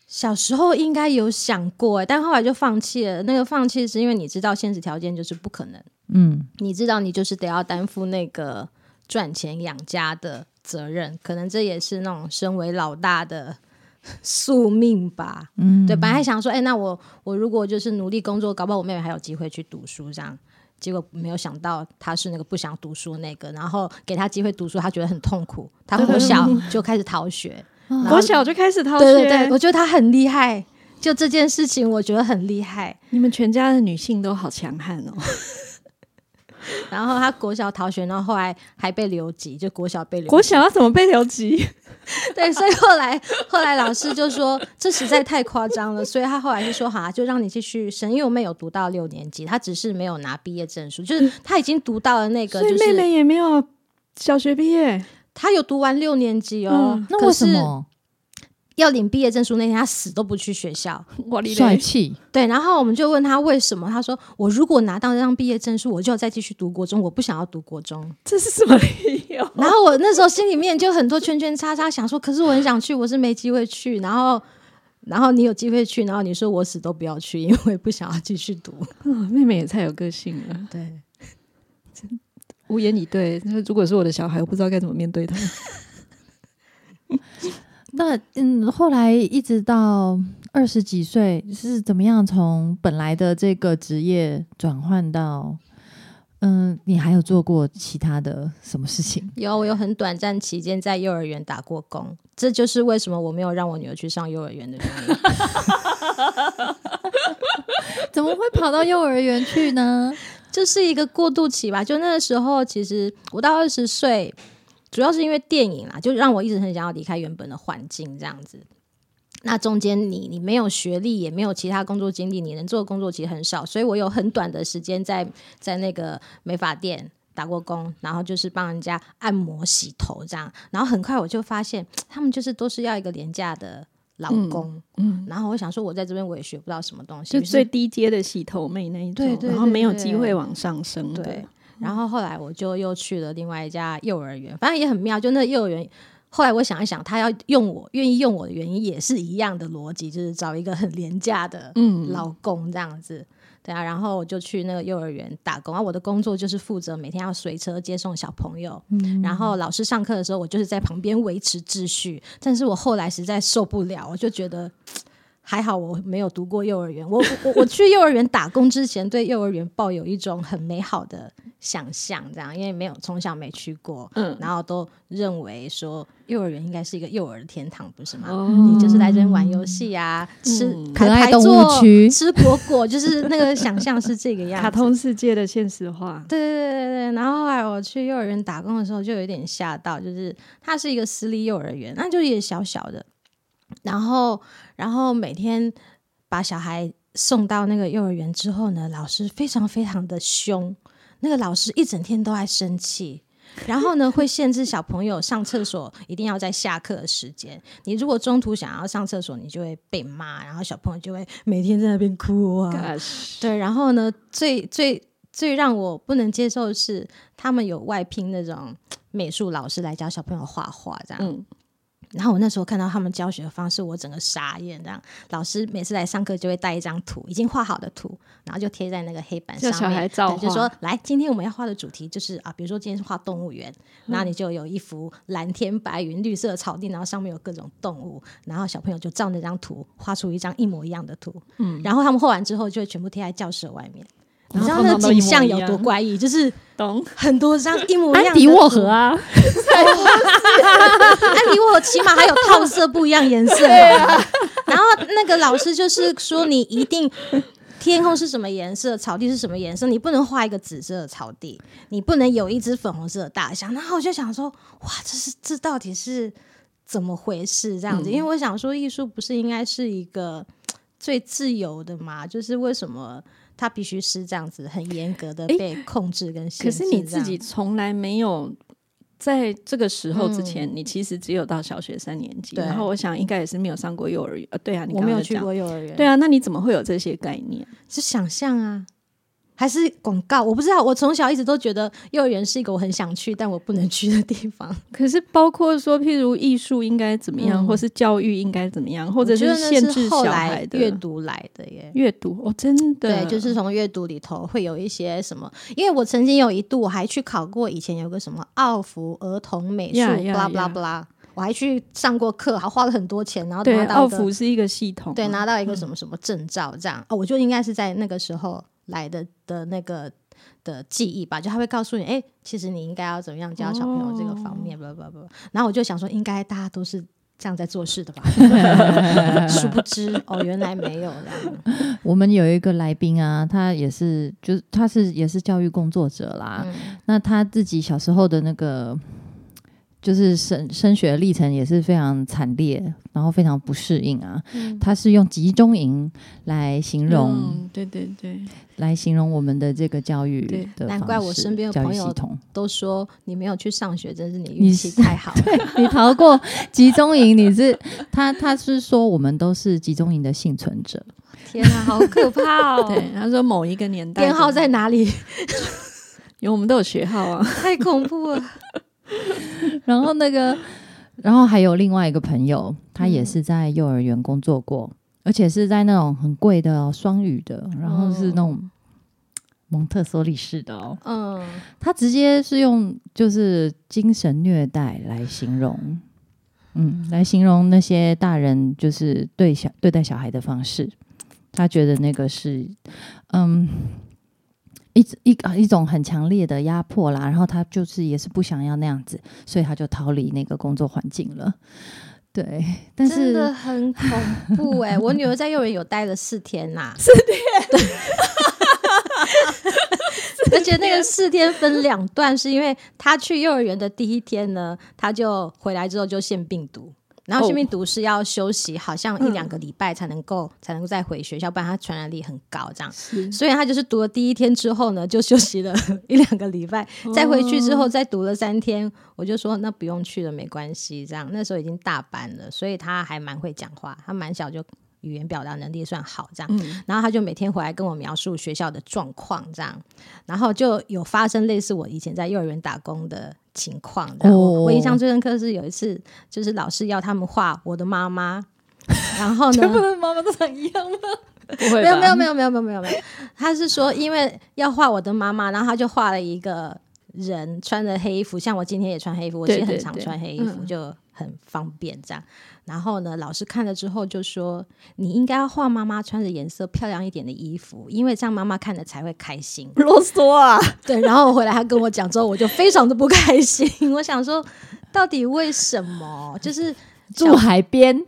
Speaker 3: 小时候应该有想过、欸，但后来就放弃了。那个放弃是因为你知道现实条件就是不可能，
Speaker 2: 嗯，
Speaker 3: 你知道你就是得要担负那个赚钱养家的责任，可能这也是那种身为老大的 (laughs) 宿命吧。嗯，对，本来还想说，哎、那我我如果就是努力工作，搞不好我妹妹还有机会去读书这样。结果没有想到她是那个不想读书那个，然后给她机会读书，她觉得很痛苦，她
Speaker 1: 对
Speaker 3: 从
Speaker 1: 对对 (laughs)
Speaker 3: 小就开始逃学。然后
Speaker 1: 我小就开始逃学。
Speaker 3: 对对对，我觉得她很厉害。就这件事情，我觉得很厉害。
Speaker 1: 你们全家的女性都好强悍哦。
Speaker 3: 然后她国小逃学，然后后来还被留级，就国小被留级。
Speaker 1: 国小要怎么被留 (laughs) 级？
Speaker 3: (laughs) 对，所以后来后来老师就说这实在太夸张了，所以他后来就说好、啊，就让你继续升，因为我妹有读到六年级，她只是没有拿毕业证书，就是她已经读到了那个，
Speaker 1: 所以
Speaker 3: 就
Speaker 1: 妹
Speaker 3: 是
Speaker 1: 妹也没有小学毕业。
Speaker 3: 她有读完六年级哦，
Speaker 1: 嗯
Speaker 2: 那
Speaker 3: 可
Speaker 2: 为什
Speaker 3: 是
Speaker 2: 么
Speaker 3: 要领毕业证书那天，她死都不去学校。
Speaker 1: 我哩
Speaker 2: 帅
Speaker 1: 嘞
Speaker 2: 气？
Speaker 3: 对，然后我们就问她为什么，她说我如果拿到那张毕业证书，我就要再继续读国中，我不想要读国中。
Speaker 1: 这是什么理 (laughs) 由？
Speaker 3: 然后我那时候心里面就很多圈圈叉叉，想说，可是我很想去，我是没机会去。然后，然后你有机会去，然后你说我死都不要去，因为不想要继续读。
Speaker 1: 嗯妹妹也太有个性了，
Speaker 3: 对，
Speaker 1: 无言以对。就是如果是我的小孩，我不知道该怎么面对他。
Speaker 2: 那嗯，后来一直到二十几岁是怎么样从本来的这个职业转换到？嗯，你还有做过其他的什么事情？
Speaker 3: 有我有很短暂期间在幼儿园打过工，这就是为什么我没有让我女儿去上幼儿园的原因。
Speaker 2: (laughs) 怎么会跑到幼儿园去呢？
Speaker 3: 就是一个过渡期吧。就那个时候，其实我到二十岁，主要是因为电影啦，就让我一直很想要离开原本的环境这样子。那中间你你没有学历，也没有其他工作经历，你能做的工作其实很少，所以我有很短的时间在在那个美发店打过工，然后就是帮人家按摩、洗头这样。然后很快我就发现，他们就是都是要一个廉价的老公。
Speaker 1: 嗯，
Speaker 3: 然后我想说，我在这边我也学不到什么东西，
Speaker 1: (laughs) 就
Speaker 3: 于是
Speaker 1: 最低阶的洗头妹那一种，
Speaker 3: 对对
Speaker 1: 然后没有
Speaker 3: 对对
Speaker 1: 机会往上升的。
Speaker 3: 对，然后后来我就又去了另外一家幼儿园，反正也很妙，就那幼儿园。后来我想一想，他要用我，愿意用我的原因也是一样的逻辑，就是找一个很廉价的
Speaker 1: 嗯
Speaker 3: 老公这样子。对啊，然后我就去那个幼儿园打工啊。我的工作就是负责每天要随车接送小朋友，然后老师上课的时候，我就是在旁边维持秩序。但是我后来实在受不了，我就觉得。还好我没有读过幼儿园，我我我去幼儿园打工之前，对幼儿园抱有一种很美好的想象，这样，因为没有从小没去过，
Speaker 1: 嗯，
Speaker 3: 然后都认为说幼儿园应该是一个幼儿天堂，不是吗？
Speaker 1: 哦，
Speaker 3: 你就是来这边玩游戏啊，吃
Speaker 1: 嗯
Speaker 2: 可
Speaker 3: 排
Speaker 2: 爱
Speaker 3: 排
Speaker 2: 动物
Speaker 3: 坐
Speaker 2: 区
Speaker 3: 吃果果，就是那个想象是这个样子。
Speaker 1: (laughs) 卡通世界的现实化。
Speaker 3: 对对对对对，然后后来我去幼儿园打工的时候，就有点吓到，就是它是一个私立幼儿园，那就也小小的，然后然后每天把小孩送到那个幼儿园之后呢，老师非常非常的凶，那个老师一整天都在生气。然后呢，会限制小朋友上厕所一定要在下课的时间。你如果中途想要上厕所，你就会被骂，然后小朋友就会每天在那边哭啊。
Speaker 1: Gosh，
Speaker 3: 对，然后呢，最最最让我不能接受的是，他们有外聘那种美术老师来教小朋友画画这样。
Speaker 1: 嗯，
Speaker 3: 然后我那时候看到他们教学的方式，我整个傻眼这样。老师每次来上课就会带一张图，已经画好的图，然后就贴在那个黑板
Speaker 1: 叫
Speaker 3: 上
Speaker 1: 小孩
Speaker 3: 面，
Speaker 1: 照
Speaker 3: 对就啊
Speaker 1: 画
Speaker 3: 说来，今天我们要画的主题就是啊，比如说今天是画动物园，那、你就有一幅蓝天白云、绿色的草地，然后上面有各种动物，然后小朋友就照那张图画出一张一模一样的图，嗯，然后他们画完之后就会全部贴在教室的外面。你知道那个景象有多怪异，就是
Speaker 1: 懂？
Speaker 3: 很多张一模一样的
Speaker 2: 安迪沃
Speaker 3: 图
Speaker 2: 荷啊，
Speaker 3: (laughs) 安迪沃荷啊起码还有套色不一样颜色。
Speaker 1: 啊
Speaker 3: 然后那个老师就是说，你一定天空是什么颜色，草地是什么颜色，你不能画一个紫色的草地，你不能有一只粉红色的大象。然后我就想说，哇，这是这到底是怎么回事？这样
Speaker 1: 嗯
Speaker 3: 子，因为我想说，艺术不是应该是一个最自由的嘛？就是为什么？它必须是这样子，很严格的
Speaker 1: 诶
Speaker 3: 被控制跟限
Speaker 1: 可
Speaker 3: 制这
Speaker 1: 是
Speaker 3: 样。
Speaker 1: 你自己从来没有在这个时候之前，你其实只有到小学三年级，
Speaker 3: 对
Speaker 1: 然后我想应该也是没有上过幼儿园。呃，对啊，你
Speaker 3: 我
Speaker 1: 刚
Speaker 3: 没有
Speaker 1: 刚有
Speaker 3: 去
Speaker 1: 讲，
Speaker 3: 过幼儿园，
Speaker 1: 对啊，那你怎么会有这些概念？
Speaker 3: 是想象啊，还是广告？我不知道。我从小一直都觉得幼儿园是一个我很想去但我不能去的地方。
Speaker 1: 可是包括说，譬如艺术应该怎么样，
Speaker 3: 嗯
Speaker 1: 或是教育应该怎么样， (laughs) 或者
Speaker 3: 我觉得那
Speaker 1: 限制
Speaker 3: 是后
Speaker 1: 小
Speaker 3: 来
Speaker 1: 孩的
Speaker 3: 阅读来的耶。
Speaker 1: 阅读哦，真的
Speaker 3: 对，就是从阅读里头会有一些什么，因为我曾经有一度我还去考过，以前有个什么奥福儿童美术
Speaker 1: Yeah, yeah,
Speaker 3: blah blah
Speaker 1: yeah.
Speaker 3: blah，我还去上过课，还花了很多钱，然后
Speaker 1: 对
Speaker 3: 拿到
Speaker 1: 奥
Speaker 3: 一个
Speaker 1: 福是一个系统嘛，
Speaker 2: 嗯
Speaker 3: 对，拿到一个什么什么证照这样、哦，我就应该是在那个时候来的的那个的记忆吧，就他会告诉你，哎、其实你应该要怎么样教小朋友这个方面，
Speaker 2: 哦
Speaker 3: 不不不，然后我就想说，应该大家都是。这样在做事的吧，
Speaker 2: (laughs)
Speaker 3: 殊不知哦，原来没有这样。
Speaker 2: 我们有一个来宾啊，他也是，就是他是也是教育工作者啦。
Speaker 3: 嗯
Speaker 2: 那他自己小时候的那个，就是升升学历程也是非常惨烈，然后非常不适应啊。
Speaker 3: 嗯
Speaker 2: 他是用集中营来形容，
Speaker 1: 嗯，对对对，
Speaker 2: 来形容我们的这个教育
Speaker 1: 对
Speaker 2: 的方式，
Speaker 3: 难怪我身边有
Speaker 2: 教育
Speaker 3: 朋友
Speaker 2: 系统，
Speaker 3: 都说你没有去上学，真是你
Speaker 2: 你
Speaker 3: 运气
Speaker 2: 是
Speaker 3: 太好
Speaker 2: (laughs)
Speaker 3: 了。
Speaker 2: 你逃过集中营，你是他他是说我们都是集中营的幸存者。
Speaker 3: 天啊，好可怕 (laughs)
Speaker 2: (laughs)
Speaker 3: 哦！
Speaker 1: 对，他说某一个年代
Speaker 3: 编号在哪里？
Speaker 1: 有，我们都有学号啊。
Speaker 3: 太恐怖了。
Speaker 2: 然后那个，然后还有另外一个朋友，他也是在幼儿园工作过，而且是在那种很贵的、哦、双语的，然后是那种蒙特梭利式的哦。
Speaker 3: (laughs) 嗯，
Speaker 2: 他直接是用就是精神虐待来形容，嗯，来形容那些大人就是对小对待小孩的方式。他觉得那个是，嗯，一一啊一种很强烈的压迫啦。然后他就是也是不想要那样子，所以他就逃离那个工作环境了。对，但
Speaker 3: 真的
Speaker 2: 是
Speaker 3: 很恐怖哎、我女儿在幼儿园有待了四天呐、四天，对，而且觉得那个四天分两段，是因为他去幼儿园的第一天呢，他就回来之后就腺病毒，然后
Speaker 1: 哦
Speaker 3: 腺病毒是要休息，好像一
Speaker 1: 嗯
Speaker 3: 两个礼拜才能够、才能够再回学校，不然它传染力很高这样。
Speaker 1: 是
Speaker 3: 所以他就是读了第一天之后呢，就休息了 (laughs) 一两个礼拜，再回去之后再读了三天，我就说那不用去了，没关系。这样那时候已经大班了，所以他还蛮会讲话，他蛮小就语言表达能力算好这样。
Speaker 1: 嗯
Speaker 3: 然后他就每天回来跟我描述学校的状况，这样，然后就有发生类似我以前在幼儿园打工的情况。这样我我印象最深刻是有一次，就是老师要他们画我的妈妈，然后
Speaker 1: (laughs)
Speaker 3: 呢，
Speaker 2: 的妈妈都长一样吗？
Speaker 1: 不会
Speaker 3: 没有没有没
Speaker 1: 有，
Speaker 3: 有没有没有没有 (laughs) 没有，他是说因为要画我的妈妈，然后他就画了一个人穿着黑衣服，像我今天也穿黑衣服，我其
Speaker 1: 对
Speaker 3: 实很
Speaker 1: 对
Speaker 3: 常
Speaker 1: 对
Speaker 3: 穿黑衣服，
Speaker 1: 嗯。
Speaker 3: 就很方便这样。然后呢，老师看了之后就说，你应该要画妈妈穿着颜色漂亮一点的衣服，因为这样妈妈看了才会开心
Speaker 1: (laughs) 啰嗦啊！
Speaker 3: 对，然后我回来他跟我讲之后，我就非常的不开心，我想说到底为什么？
Speaker 1: (laughs)
Speaker 3: 就是
Speaker 2: 住海边，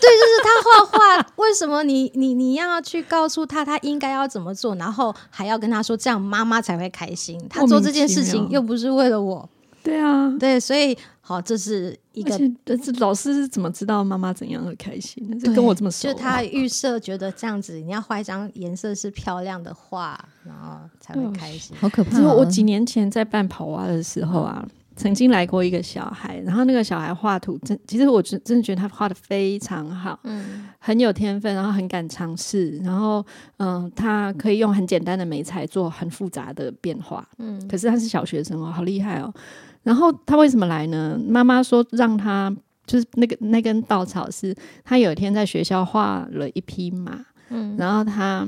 Speaker 3: 他画画，为什么你 (laughs) 你你要去告诉他他应该要怎么做，然后还要跟他说这样妈妈才会开心？他做这件事
Speaker 1: 莫
Speaker 3: 情
Speaker 1: 名其
Speaker 3: 又
Speaker 1: 妙
Speaker 3: 不是为了我，
Speaker 1: 对啊，
Speaker 3: 对，所以好，这是一
Speaker 1: 而
Speaker 3: 个，
Speaker 1: 且但是老师是怎么知道妈妈怎样会开心的？
Speaker 3: 对
Speaker 1: 这跟我这么熟
Speaker 3: 就
Speaker 1: 啊，
Speaker 3: 他预设觉得这样子，你要画一张颜色是漂亮的画，然后才会开心。
Speaker 2: 好可怕、
Speaker 1: 只有
Speaker 2: 哦！
Speaker 1: 我几年前在办跑蛙的时候啊，曾经来过一个小孩，然后那个小孩画图真，其实我真真的觉得他画的非常好，
Speaker 3: 嗯，
Speaker 1: 很有天分，然后很敢尝试，然后嗯，他可以用很简单的美材做很复杂的变化，嗯，可是他是小学生哦，好厉害哦。然后他为什么来呢？妈妈说让他就是那个那根稻草是，他有一天在学校画了一匹马，嗯，然后他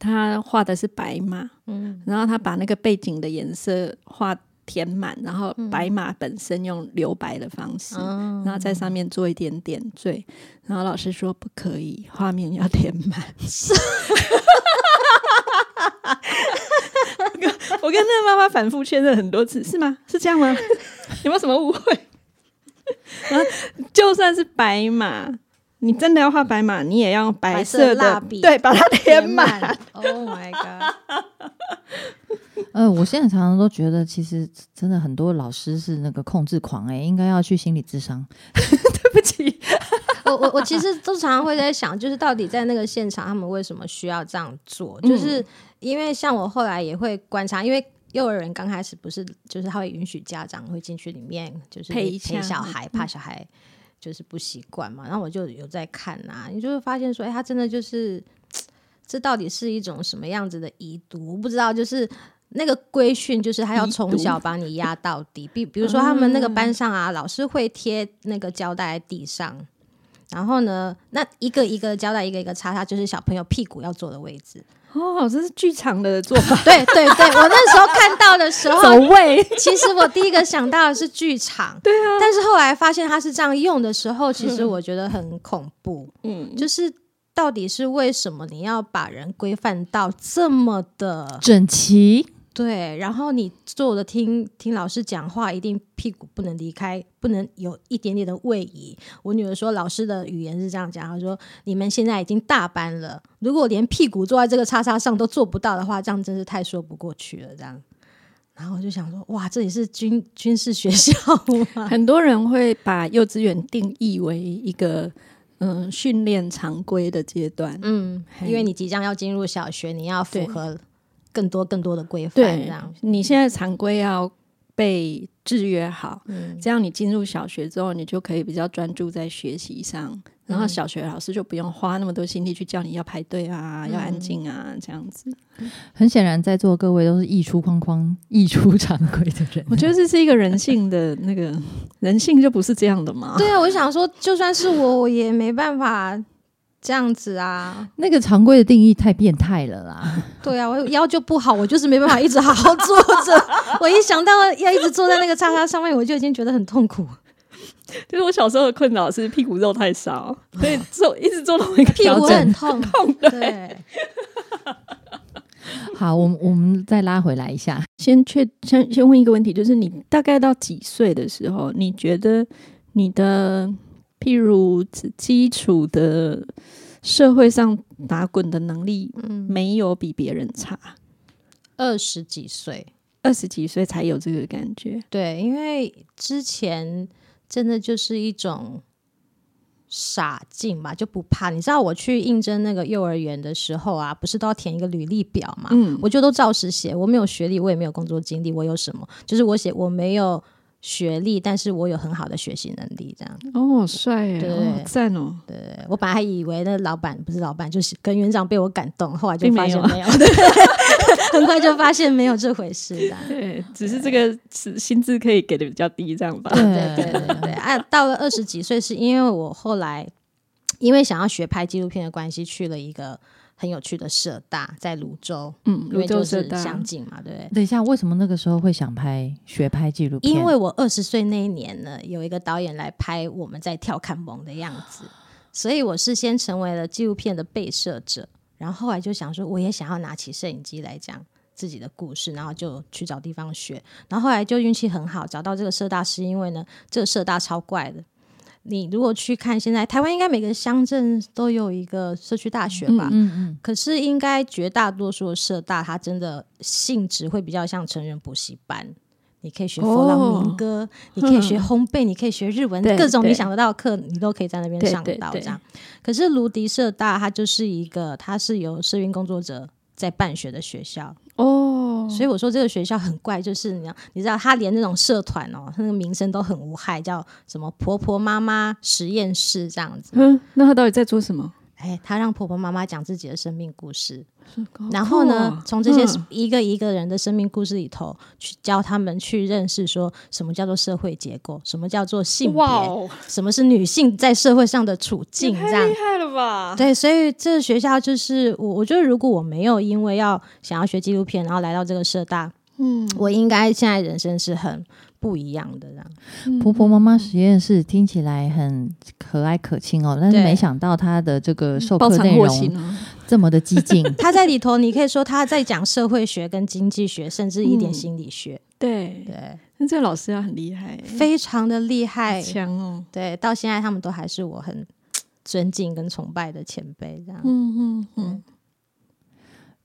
Speaker 1: 他画的是白马，嗯，然后他把那个背景的颜色画填满，然后白马本身用留白的方式，
Speaker 3: 嗯
Speaker 1: 然后在上面做一点点缀，然后老师说不可以，画面要填满。 (laughs) 我跟我跟那个妈妈反复确认很多次，是吗？是这 (laughs) 样吗？有没有什么误会？然后就算是白马，你真的要画白马，你也要用白
Speaker 3: 白色
Speaker 1: 色的
Speaker 3: 蜡笔
Speaker 1: 对，把它填满。
Speaker 3: 满，Oh my god！
Speaker 2: 呃，我现在常常都觉得，其实真的很多老师是那个控制狂、欸，哎，应该要去心理智商。对不起，
Speaker 3: 我我我其实都常常会在想，就是到底在那个现场，他们为什么需要这样做？
Speaker 1: 嗯
Speaker 3: 就是因为像我后来也会观察，因为幼儿园刚开始不是，就是他会允许家长会进去里面，就是
Speaker 1: 陪一嗯
Speaker 3: 陪
Speaker 1: 下
Speaker 3: 小孩，怕小孩就是不习惯嘛。然后我就有在看啊，你就会发现说，哎、他真的就是。这到底是一种什么样子的遗毒？不知道，就是那个规训，就是他要
Speaker 1: 遗毒
Speaker 3: 从小把你压到底。比比如说他们那个班上啊，老师会贴那个胶带在地上，然后呢，那一个一个胶带，一个一个擦，它就是小朋友屁股要坐的位置。
Speaker 1: 哦，这是剧场的 (laughs) 做法，
Speaker 3: 对对对，我那时候看到的时候
Speaker 2: 走，位。
Speaker 3: 其实我第一个想到的是剧场，对啊。但是后来发现他是这样用的时候，其实我觉得很恐怖。
Speaker 1: 嗯，
Speaker 3: 就是到底是为什么你要把人规范到这么的
Speaker 2: 整齐，
Speaker 3: 对？然后你坐着听听老师讲话，一定屁股不能离开，不能有一点点的位移。我女儿说，老师的语言是这样讲，她说：“你们现在已经大班了，如果连屁股坐在这个叉叉上都做不到的话，这样真是太说不过去了。”这样。然后我就想说，哇，这里是军军事学校
Speaker 1: (laughs)
Speaker 3: 吗？
Speaker 1: 很多人会把幼稚园定义为一个嗯训练常规的阶段，
Speaker 3: 嗯，因为你即将要进入小学，你要符合更多更多的规范，这样。
Speaker 1: 你现在常规要被制约好，这样你进入小学之后，你就可以比较专注在学习上，然后小学老师就不用花那么多心力去叫你要排队啊，要安静啊，这样子。
Speaker 2: 很显然在座各位都是溢出框框、溢出常规的
Speaker 1: (laughs)
Speaker 2: 人。
Speaker 1: 我觉得这是一个人性的那个人性，就不是这样
Speaker 3: (laughs)
Speaker 1: 的嘛。
Speaker 3: 对啊，我想说，就算是我，我也没办法这样子啊。
Speaker 2: 那个常规的定义太变态了啦！
Speaker 3: 对啊，我腰就不好，我就是没办法一直好好坐着。 (laughs) 我一想到要一直坐在那个叉叉上面，我就已经觉得很痛苦。
Speaker 1: 就是我小时候的困扰是屁股肉太少，所以做一直做同一个
Speaker 3: 哦屁
Speaker 1: 调
Speaker 3: 股
Speaker 1: 整
Speaker 3: 很痛，
Speaker 1: 痛的。
Speaker 3: 对，
Speaker 2: (laughs) 好，我们我们再拉回来一下。
Speaker 1: 先确先先问一个问题，就是你大概到几岁的时候，你觉得你的譬如基础的社会上打滚的能力
Speaker 3: 嗯，
Speaker 1: 没有比别人差？
Speaker 3: 二十几岁，
Speaker 1: 二十几岁才有这个感觉，
Speaker 3: 对，因为之前真的就是一种傻劲吧，就不怕。你知道我去应征那个幼儿园的时候啊，不是都要填一个履历表嘛？
Speaker 1: 嗯
Speaker 3: 我就都照实写，我没有学历，我也没有工作经历，我有什么？就是我写我没有学历，但是我有很好的学习能力，这样。
Speaker 1: 哦，帅耶，
Speaker 3: 对
Speaker 1: 哦好赞哦，
Speaker 3: 对我本来还以为那老板不是老板，就是跟园长被我感动，后来就
Speaker 1: 并
Speaker 3: 发
Speaker 1: 没
Speaker 3: 现
Speaker 1: 有啊
Speaker 3: 没有，对，很快就发现没有这回事
Speaker 1: (laughs)
Speaker 3: 的。
Speaker 1: 对，只是这个是薪资可以给的比较低，这样吧。
Speaker 3: 对对对对，啊，到了二十几岁，是因为我后来因为想要学拍纪录片的关系，去了一个很有趣的社大，在泸州，
Speaker 1: 嗯，
Speaker 3: 因
Speaker 1: 泸
Speaker 3: 为
Speaker 1: 州
Speaker 3: 就
Speaker 1: 社
Speaker 3: 是
Speaker 1: 大，
Speaker 3: 相近嘛，对不对？
Speaker 2: 等一下，为什么那个时候会想拍学拍纪录片？
Speaker 3: 因为我二十岁那一年呢，有一个导演来拍我们在跳看蒙的样
Speaker 2: (gasps)
Speaker 3: 子，所以我是先成为了纪录片的被摄者，然后后来就想说，我也想要拿起摄影机来讲自己的故事，然后就去找地方学，然后后来就运气很好，找到这个社大，是因为呢，这个社大超怪的。你如果去看现在台湾，应该每个乡镇都有一个社区大学吧？
Speaker 2: 嗯嗯，
Speaker 3: 可是应该绝大多数的社大，它真的性质会比较像成人补习班。你可以
Speaker 1: 哦
Speaker 3: 学佛朗明歌，你可以学烘焙，你可以学日文，
Speaker 1: 对
Speaker 3: 各种你
Speaker 1: 对
Speaker 3: 想得到的课，你都可以在那边
Speaker 1: 对
Speaker 3: 上
Speaker 1: 对
Speaker 3: 到这
Speaker 1: 对
Speaker 3: 样。可是卢迪社大，它就是一个，它是由社运工作者在办学的学校，
Speaker 1: 哦，
Speaker 3: 所以我说这个学校很怪，就是你要你知道，它连那种社团哦，它那个名声都很无害，叫什么婆婆妈妈实验室这样子。
Speaker 1: 嗯，那他到底在做什么？
Speaker 3: 哎，他让婆婆妈妈讲自己的生命故事，然后呢，从这些
Speaker 1: 嗯
Speaker 3: 一个一个人的生命故事里头，去教他们去认识说什么叫做社会结构，什么叫做性别，
Speaker 1: 哇哦，
Speaker 3: 什么是女性在社会上的处境，这样
Speaker 1: 厉。害了吧？
Speaker 3: 对，所以这个学校就是我，我觉得如果我没有因为要想要学纪录片，然后来到这个社大，
Speaker 1: 嗯，
Speaker 3: 我应该现在人生是很不一样的这样。
Speaker 1: 嗯
Speaker 2: 婆婆妈妈实验室听起来很可爱可亲哦，但是
Speaker 3: 对
Speaker 2: 没想到它的这个授
Speaker 1: 包
Speaker 2: 课
Speaker 1: 藏
Speaker 2: 内
Speaker 1: 祸心
Speaker 2: 容
Speaker 1: 啊！
Speaker 2: 这么的激进。
Speaker 3: 他在里头，你可以说他在讲社会学跟经济学，甚至一点
Speaker 1: 嗯
Speaker 3: 心理学，
Speaker 1: 对，
Speaker 3: 对，
Speaker 1: 那这个老师要很厉害，
Speaker 3: 非常的厉害。
Speaker 1: 强哦。
Speaker 3: 对，到现在他们都还是我很尊敬跟崇拜的前辈，这样。
Speaker 1: 嗯嗯嗯，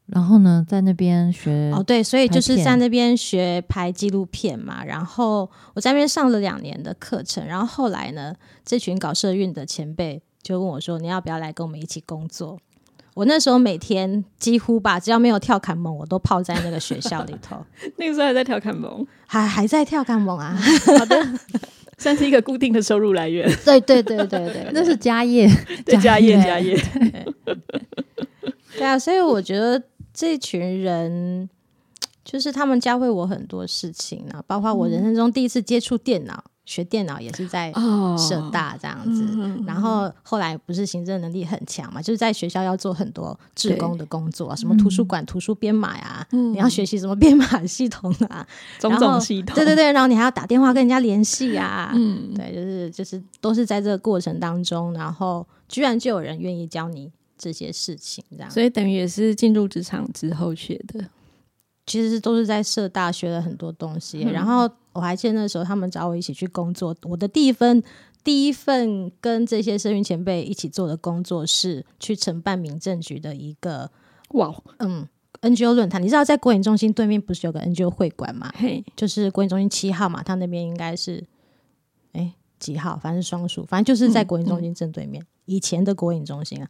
Speaker 2: 然后呢，在那边学
Speaker 3: 哦，对，所以就
Speaker 2: 拍
Speaker 3: 是
Speaker 2: 片
Speaker 3: 在那边学拍纪录片嘛，然后我在那边上了两年的课程，然后后来呢，这群搞社运的前辈就问我说：“你要不要来跟我们一起工作？”我那时候每天几乎吧，只要没有跳坎蒙，我都泡在那个学校里头， (laughs)
Speaker 1: 那个时候还在调侃蒙，
Speaker 3: 还还在跳坎蒙啊！
Speaker 1: 算是一个固定的收入来源，
Speaker 3: 对对对对对，
Speaker 2: (laughs) 那是家业，
Speaker 1: 对，家业
Speaker 2: 业
Speaker 1: 家业。
Speaker 3: (laughs) 对啊，所以我觉得这群人就是他们教会我很多事情啊，包括我人生中第一次接触电脑，学电脑也是在
Speaker 1: 嗯哦嗯
Speaker 3: 社大这样子。然后后来不是行政能力很强嘛，就是在学校要做很多志工的工作啊，什么
Speaker 1: 嗯
Speaker 3: 图书馆、图书编码呀、你要学习什么编码系统啊，
Speaker 1: 种
Speaker 3: 然后
Speaker 1: 种系统，
Speaker 3: 对对对，然后你还要打电话跟人家联系啊，
Speaker 1: 嗯，
Speaker 3: 对，就是就是都是在这个过程当中，然后居然就有人愿意教你这些事情，这样。
Speaker 1: 所以等于也是进入职场之后学的。
Speaker 3: 其实都是在社大学了很多东西。然后我还记得那时候他们找我一起去工作，我的第一份第一份跟这些社运前辈一起做的工作是去承办民政局的一个
Speaker 1: 哇，哦
Speaker 3: 嗯 NGO 论坛。你知道在国营中心对面不是有个 NGO 会馆吗？
Speaker 1: 嘿，
Speaker 3: 就是国营中心七号嘛，他那边应该是哎几号，反正是双数，反正就是在国营中心正对面，以前的国营中心啊。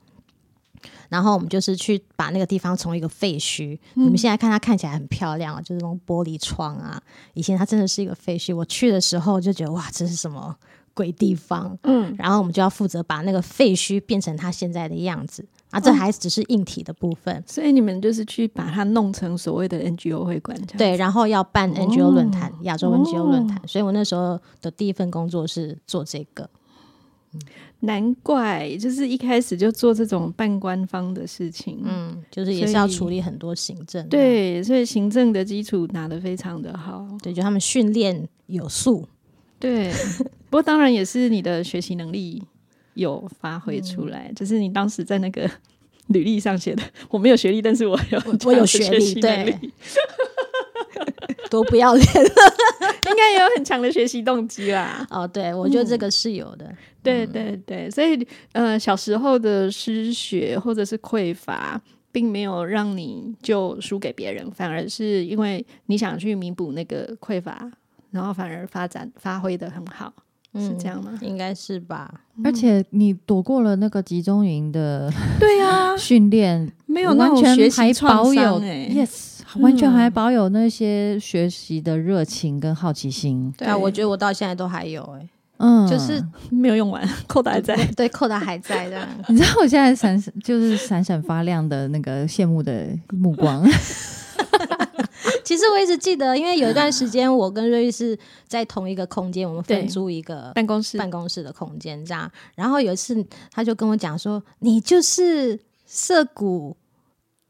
Speaker 3: 然后我们就是去把那个地方从一个废墟，你们现在看它看起来很漂亮啊，就是那种玻璃窗啊。以前它真的是一个废墟，我去的时候就觉得哇，这是什么鬼地方？
Speaker 1: 嗯，
Speaker 3: 然后我们就要负责把那个废墟变成它现在的样子啊，这还只是硬体的部分。
Speaker 1: 所以你们就是去把它弄成所谓的 NGO 会馆，这样，
Speaker 3: 对，然后要办 NGO 论坛，亚洲
Speaker 1: 哦
Speaker 3: NGO 论坛，所以我那时候的第一份工作是做这个。
Speaker 1: 难怪就是一开始就做这种半官方的事情，嗯，
Speaker 3: 嗯，就是也是
Speaker 1: 所
Speaker 3: 要
Speaker 1: 以
Speaker 3: 处理很多行政。啊
Speaker 1: 对，所以行政的基础拿得非常的好，
Speaker 3: 对，就他们训练有素。
Speaker 1: 对。 (laughs) 不过当然也是你的学习能力有发挥出
Speaker 3: 嗯
Speaker 1: 来，就是你当时在那个履历上写的，我没有学历，但是我有
Speaker 3: 我我有
Speaker 1: 这
Speaker 3: 学
Speaker 1: 样的
Speaker 3: 历，
Speaker 1: 习能力
Speaker 3: 对，多不要脸
Speaker 1: (laughs) 应该也有很强的学习动机啦。
Speaker 3: 哦！对，我觉得这个是有的。
Speaker 1: 嗯对对对，所以呃，小时候的失学或者是匮乏，并没有让你就输给别人，反而是因为你想去弥补那个匮乏，然后反而发展发挥的很好，嗯是这样吗？
Speaker 3: 嗯
Speaker 1: (laughs)
Speaker 3: 应该是吧？
Speaker 2: (laughs) 而且你躲过了那个集中营的
Speaker 1: 对啊，
Speaker 2: 训练，
Speaker 1: 没有那
Speaker 2: 完
Speaker 1: 种
Speaker 2: 全
Speaker 1: 学
Speaker 2: 还
Speaker 1: 习
Speaker 2: 保
Speaker 1: 创
Speaker 2: 有
Speaker 1: 伤嗯哎、
Speaker 2: yes，完全还保有那些学习的热情跟好奇心。
Speaker 3: 对啊，我觉得我到现在都还有哎、
Speaker 2: 嗯，
Speaker 3: 就是
Speaker 1: 没有用完，扣打还在。
Speaker 3: 对扣打还在的。
Speaker 1: (laughs)
Speaker 2: 你知道我现在闪就是闪闪发亮的那个羡慕的目
Speaker 1: (laughs)
Speaker 2: 光，
Speaker 3: 其实我一直记得，因为有一段时间我跟瑞玉是在同一个空间，我们分
Speaker 1: 对
Speaker 3: 租一个
Speaker 1: 办公室
Speaker 3: 办公室的空间这样。然后有一次，他就跟我讲说：“你就是涩谷，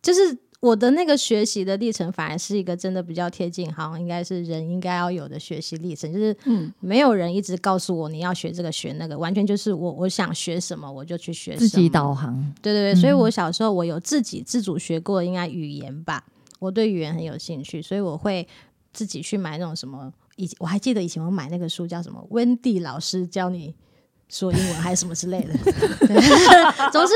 Speaker 3: 就是我的那个学习的历程，反而是一个真的比较贴近，好像应该是人应该要有的学习历程，就是
Speaker 1: 嗯，
Speaker 3: 没有人一直告诉我你要学这个学那个，完全就是我我想学什么我就去学什么，
Speaker 2: 自己导航。
Speaker 3: 对对对，所以
Speaker 1: 嗯
Speaker 3: 我小时候我有自己自主学过，应该语言吧，我对语言很有兴趣，所以我会自己去买那种什么，以我还记得以前我买那个书叫什么，温蒂老师教你。说英文还是什么之类的， (laughs) 对总之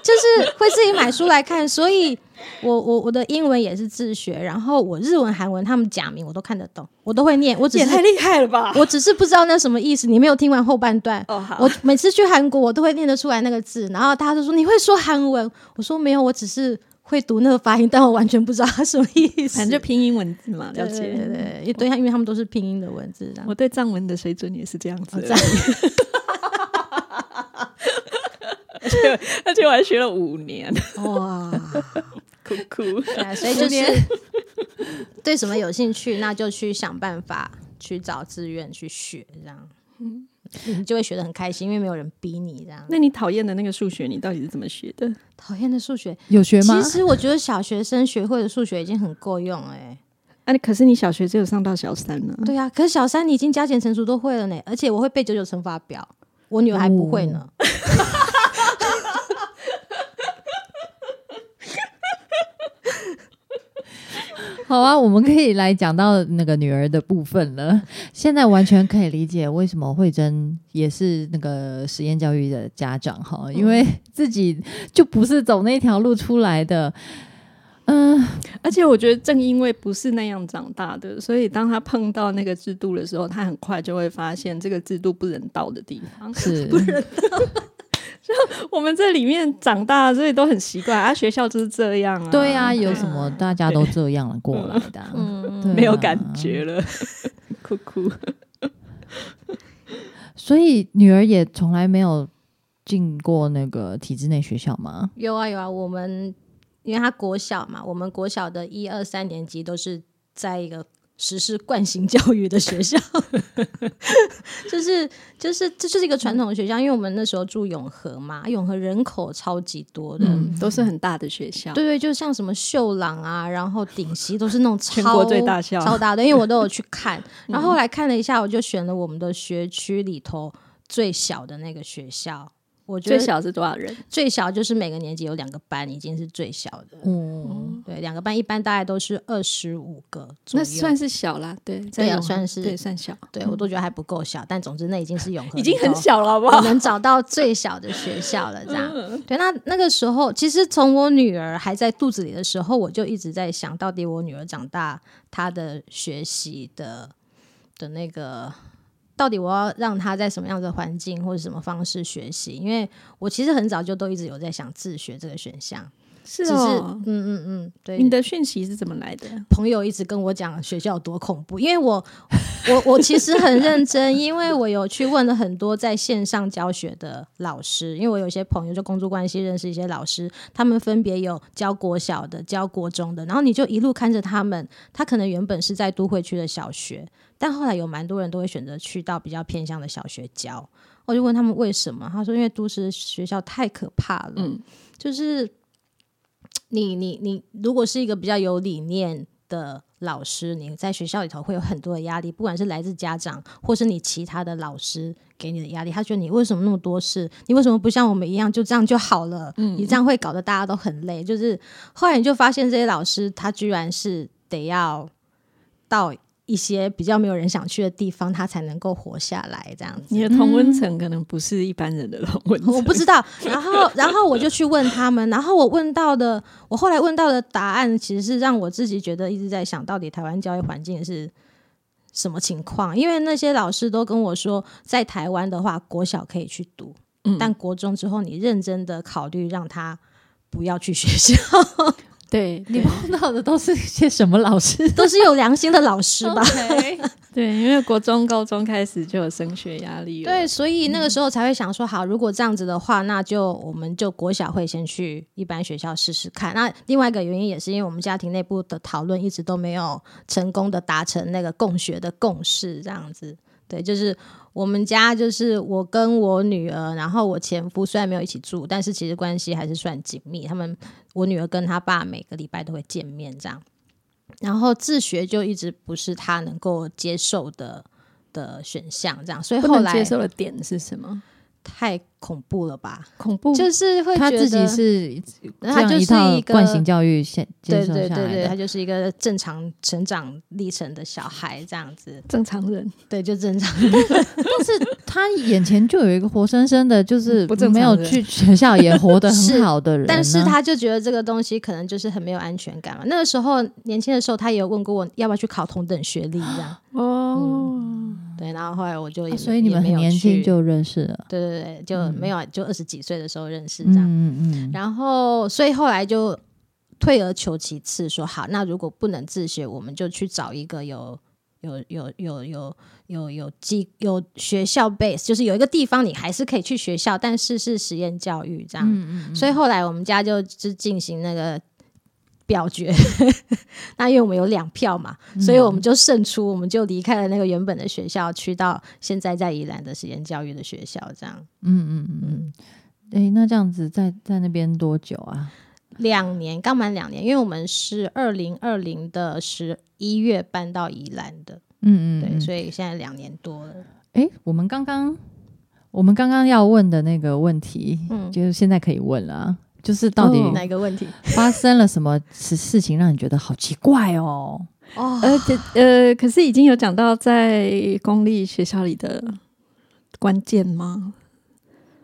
Speaker 3: 就是会自己买书来看，所以我我我的英文也是自学，然后我日文、韩文他们假名我都看得懂，我都会念，我只
Speaker 1: 也
Speaker 3: 是
Speaker 1: 太厉害了吧！
Speaker 3: (laughs) 我只是不知道那什么意思，你没有听完后半段，
Speaker 1: 哦好，
Speaker 3: 我每次去韩国，我都会念得出来那个字，然后大家都说你会说韩文，我说没有，我只是会读那个发音，但我完全不知道它什么意思。
Speaker 1: 反正就拼音文字嘛，
Speaker 3: 对
Speaker 1: 了解。
Speaker 3: 对对对，对，因为他们都是拼音的文字，这样
Speaker 1: 我对藏文的水准也是这样子而已，而且我还 (laughs) 学了五年，
Speaker 3: (laughs)
Speaker 1: (laughs)
Speaker 3: 哇，
Speaker 1: 酷酷。
Speaker 3: 对啊所以就是 (laughs) 对什么有兴趣，那就去想办法去找资源去学，这样，你就会学得很开心，因为没有人逼你这样。
Speaker 1: 那你讨厌的那个数学，你到底是怎么学的？
Speaker 3: 讨厌的数学，
Speaker 2: 有学吗
Speaker 3: 其？实我觉得小学生学会的数学已经很够用哎、
Speaker 1: 啊，你可是你小学只有上到小三呢、
Speaker 3: 对啊，可是小三你已经加减乘除都会了呢，而且我会背九九乘法表，我女儿还不会呢。
Speaker 2: 好啊，我们可以来讲到那个女儿的部分了。现在完全可以理解为什么慧珍也是那个实验教育的家长哈，因为
Speaker 1: 嗯
Speaker 2: 自己就不是走那条路出来的。嗯、
Speaker 1: 而且我觉得正因为不是那样长大的，所以当他碰到那个制度的时候，他很快就会发现这个制度 (laughs) 不人道的地 (laughs) 方。
Speaker 2: 是
Speaker 1: 我们这里面长大，所以都很习惯啊，学校就是这样啊。
Speaker 2: 对啊，有什么大家都这样过来的啊、
Speaker 3: 嗯，
Speaker 2: 对啊
Speaker 1: (laughs) 没有感觉了，酷酷。
Speaker 2: 所以女儿也从来没有进过那个体制内学校吗？
Speaker 3: 有啊有啊，我们因为她国小嘛，我们国小的一二三年级都是在一个实施惯性教育的学校， (laughs) 就是就是这就是一个传统的学校，因为我们那时候住永和嘛，永和人口超级多的。
Speaker 1: 嗯，都是很大的学校。
Speaker 3: 对对，就像什么秀朗啊，然后顶溪都是那种超
Speaker 1: (laughs) 全国最大嗯校
Speaker 3: 超大的，因为我都有去
Speaker 1: (laughs)
Speaker 3: 看。然后后来看了一下，我就选了我们的学区里头最小的那个学校。我觉
Speaker 1: 最
Speaker 3: 得
Speaker 1: 小是多少人？
Speaker 3: 最小就是每个年级有两个班，已经是最小的。
Speaker 1: 哦
Speaker 2: 嗯，
Speaker 3: 对，两个班一般大概都是二十五个左右。
Speaker 1: 那算是小啦，对，在
Speaker 3: 对啊
Speaker 1: 永和
Speaker 3: 算是
Speaker 1: 对，算小，
Speaker 3: 对我都觉得还不够小，但总之那已经是永和，
Speaker 1: 已经很。小了，好不
Speaker 3: 我
Speaker 1: (laughs) 好？
Speaker 3: 能找到最小的学校了，这样。对，那那个时候，其实从我女儿还在肚子里的时候，我就一直在想，到底我女儿长大，她的学习的的那个，到底我要让她在什么样的环境或者什么方式学习？因为我其实很早就都一直有在想自学这个选项，
Speaker 1: 是
Speaker 3: 只是
Speaker 1: 哦
Speaker 3: 嗯。嗯嗯，对，
Speaker 1: 你的讯息是怎么来的？
Speaker 3: 朋友一直跟我讲学校有多恐怖，因为我 (laughs) 我我其实很认真，因为我有去问了很多在线上教学的老师，因为我有些朋友就工作关系认识一些老师，他们分别有教国小的、教国中的，然后你就一路看着他们，他可能原本是在都会区的小学，但后来有蛮多人都会选择去到比较偏向的小学教。我就问他们为什么，他说因为都市学校太可怕了，
Speaker 1: 嗯
Speaker 3: 就是你你你，如果是一个比较有理念的老师，你在学校里头会有很多的压力，不管是来自家长或是你其他的老师给你的压力，他觉得你为什么那么多事，你为什么不像我们一样就这样就好了？你这样会搞得大家都很累。就是后来你就发现这些老师，他居然是得要到一些比较没有人想去的地方，他才能够活下来这样子。
Speaker 1: 你的同温层可能不是一般人的同温 (laughs)
Speaker 3: (laughs)
Speaker 1: 层，
Speaker 3: 我不知道。然后，然后我就去问他们，然后我问到的，我后来问到的答案，其实是让我自己觉得一直在想到底台湾教育环境是什么情况。因为那些老师都跟我说，在台湾的话，国小可以去读，
Speaker 1: 嗯
Speaker 3: 但国中之后，你认真的考虑让他不要去学校， (laughs)
Speaker 1: 对 (laughs) 对
Speaker 2: 你碰到的都是些什么老 (laughs) 师？
Speaker 3: 都是有良心的老师吧。
Speaker 2: OK，
Speaker 1: (laughs) 对，因为国中、高中开始就有升学压力了。嗯
Speaker 3: 对，所以那个时候才会想说，好，如果这样子的话，那就我们就国小会先去一般学校试试看。那另外一个原因也是因为我们家庭内部的讨论一直都没有成功的达成那个共学的共识，这样子。对，就是我们家就是我跟我女儿，然后我前夫虽然没有一起住，但是其实关系还是算紧密。他们我女儿跟她爸每个礼拜都会见面这样。然后自学就一直不是她能够接受的的选项，这样，所以
Speaker 1: 不
Speaker 3: 后
Speaker 1: 能
Speaker 3: 来
Speaker 1: 接受的点是什么？
Speaker 3: 太恐怖了吧？
Speaker 1: 恐怖
Speaker 3: 就是会
Speaker 2: 嗯他
Speaker 3: 觉
Speaker 2: 自己
Speaker 3: 得
Speaker 2: 是这
Speaker 3: 他
Speaker 2: 样
Speaker 3: 就
Speaker 2: 一
Speaker 3: 是
Speaker 2: 套
Speaker 3: 一个
Speaker 2: 惯性教育先接
Speaker 3: 对
Speaker 2: 受
Speaker 3: 对
Speaker 2: 下
Speaker 3: 对对，他
Speaker 2: 来的。
Speaker 3: 就是一个正常成长历程的小孩这样子，
Speaker 1: 正常人，
Speaker 3: 对，就正常。
Speaker 2: 但
Speaker 3: (laughs)
Speaker 2: 是他眼前就有一个活生生的，
Speaker 3: 嗯
Speaker 2: 就是
Speaker 1: 不正常
Speaker 2: 没有
Speaker 1: 的人
Speaker 2: 去学校也活得
Speaker 3: (laughs) 是
Speaker 2: 很好的人呢，
Speaker 3: 但是他就觉得这个东西可能就是很没有安全感啊嘛。那个时候年轻的时候，他也有问过我要不要去考同等学历这样，
Speaker 1: 哦，
Speaker 3: 对，然后后来我就也、
Speaker 2: 啊所以你
Speaker 3: 也
Speaker 2: 们
Speaker 3: 没
Speaker 2: 很
Speaker 3: 有
Speaker 2: 年轻
Speaker 3: 去
Speaker 2: 就嗯认识了。
Speaker 3: 对对对，就没有、就二十几岁的时候认识这样。
Speaker 2: 嗯嗯嗯，
Speaker 3: 然后，所以后来就退而求其次，说好，那如果不能自学，我们就去找一个有有有有有有有机有学校 base，就是有一个地方你还是可以去学校，但是是实验教育这样。
Speaker 2: 嗯嗯，
Speaker 3: 所以后来我们家就是进行那个表决， (laughs) 那因为我们有两票嘛，所以我们
Speaker 2: 嗯
Speaker 3: 就胜出，我们就离开了那个原本的学校，去到现在在宜兰的实验教育的学校这样。
Speaker 2: 嗯嗯嗯嗯，哎，那这样子在在那边多久啊？
Speaker 3: 两年，刚满两年，因为我们是二零二零的十一月搬到宜兰的，
Speaker 2: 嗯嗯，
Speaker 3: 对，
Speaker 2: 嗯
Speaker 3: 所以现在两年多了。
Speaker 2: 诶，我们刚刚我们刚刚要问的那个问题，
Speaker 3: 嗯
Speaker 2: 就是现在可以问了啊，就是到底
Speaker 1: 哦
Speaker 3: 哪一个问题？
Speaker 2: 发生了什么事事情让你觉得好奇怪哦？
Speaker 3: 哦，
Speaker 1: 而且呃，可是已经有讲到在公立学校里的关键吗？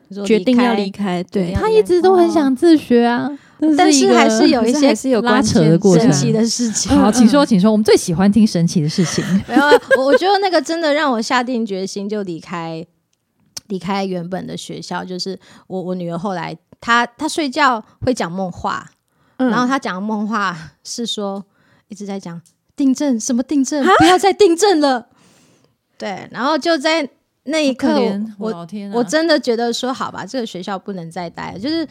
Speaker 3: 你说
Speaker 1: 决定要
Speaker 3: 离
Speaker 1: 离
Speaker 3: 开，
Speaker 1: 开，对
Speaker 3: 要离开
Speaker 2: 他一直都很想自学啊，
Speaker 3: 但
Speaker 2: 是一
Speaker 3: 是
Speaker 2: 个
Speaker 3: 还是有一
Speaker 1: 可
Speaker 3: 些
Speaker 1: 还是有
Speaker 2: 拉
Speaker 1: 关
Speaker 2: 扯
Speaker 1: 键
Speaker 2: 的过
Speaker 1: 字
Speaker 2: 程
Speaker 3: 神
Speaker 1: 啊
Speaker 3: 奇的事情。
Speaker 2: 好，请说，请说，我们最喜欢听神奇的事情。
Speaker 3: (laughs) 没有啊，我我觉得那个真的让我下定决心就离开，离开原本的学校。就是我我女儿后来她她睡觉会讲梦话，
Speaker 1: 嗯
Speaker 3: 然后她讲的梦话是说一直在讲订正什么订正，不要再订正了。对，然后就在那一刻，我
Speaker 2: 老天啊
Speaker 3: 我真的觉得说，好吧，这个学校不能再待了。就是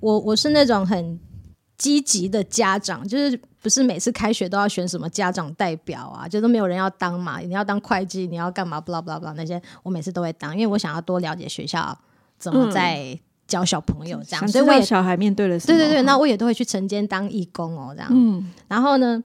Speaker 3: 我我是那种很积极的家长，就是不是每次开学都要选什么家长代表啊，就都没有人要当嘛。你要当会计，你要干嘛？不啦不啦不啦那些，我每次都会当，因为我想要多了解学校怎么
Speaker 1: 嗯
Speaker 3: 在教小朋友这样，
Speaker 1: 想
Speaker 3: 所以我
Speaker 1: 知道
Speaker 3: 也
Speaker 1: 小孩面对了什
Speaker 3: 对
Speaker 1: 么？
Speaker 3: 对对，那我也都会去晨间当义工哦，这样。
Speaker 1: 嗯，
Speaker 3: 然后呢，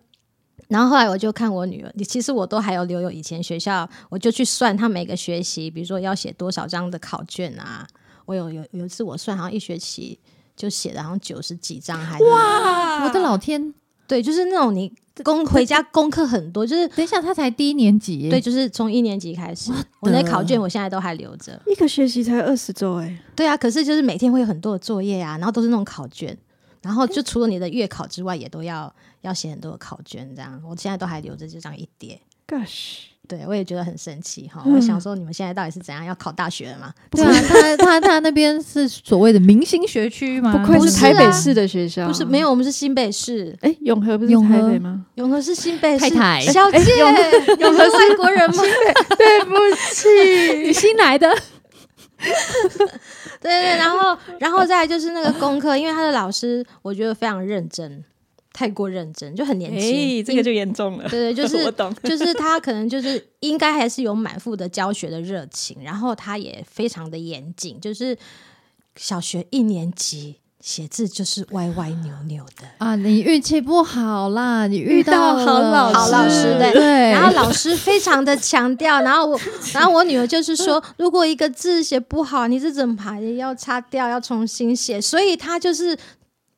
Speaker 3: 然后后来我就看我女儿，其实我都还有留有以前学校，我就去算她每个学期，比如说要写多少张的考卷啊。我有有有一次我算，好像一学期就写了好像九十几张，还哇，
Speaker 2: 我的老天，
Speaker 3: 对，就是那种你功回家功课很多，就是
Speaker 2: 等一下，他才低年级耶，
Speaker 3: 对，就是从一年级开始，我那考卷我现在都还留着。
Speaker 1: 一个学期才二十周，哎，
Speaker 3: 对啊，可是就是每天会有很多的作业啊，然后都是那种考卷，然后就除了你的月考之外，也都要要写很多的考卷，这样我现在都还留着，就这样一叠。
Speaker 1: gosh，
Speaker 3: 对，我也觉得很神奇哈。
Speaker 1: 嗯
Speaker 3: 我想说，你们现在到底是怎样要考大学了吗？
Speaker 2: 对啊，他他他那边是所谓的明星学区吗？
Speaker 1: 嗯不愧
Speaker 3: 不
Speaker 1: 是
Speaker 3: 是
Speaker 1: 台北
Speaker 3: 啊
Speaker 1: 市的学校，
Speaker 3: 不是，没。有，我们是新北市，
Speaker 1: 哎，永和不是
Speaker 2: 永和
Speaker 1: 台北吗？
Speaker 3: 永和是新北市。
Speaker 2: 太太
Speaker 3: 小姐，永和是外国人 (laughs)
Speaker 2: (laughs)
Speaker 3: 吗？
Speaker 1: 对不起，
Speaker 2: 你新来的，
Speaker 3: 对对，然后然后再来就是那个功课，因为他的老师我觉得非常认真，太过认真，就很年轻。
Speaker 1: 哎，这个就严重了。
Speaker 3: 对对，就
Speaker 1: (laughs) 我
Speaker 3: 是 (laughs)
Speaker 1: 懂。
Speaker 3: 就是他可能就是应该还是有满腹的教学的热情，然后他也非常的严谨，就是小学一年级写字就是歪歪扭扭的。
Speaker 2: 啊，你运气不好啦，你遇到
Speaker 1: 遇到好
Speaker 2: 了
Speaker 1: 老
Speaker 3: 好老师对
Speaker 2: 对，
Speaker 3: 然后老师非常的强调，然后我， (laughs) 然后我女儿就是说，如果一个字写不好，你这整排要擦掉，要重新写，所以她就是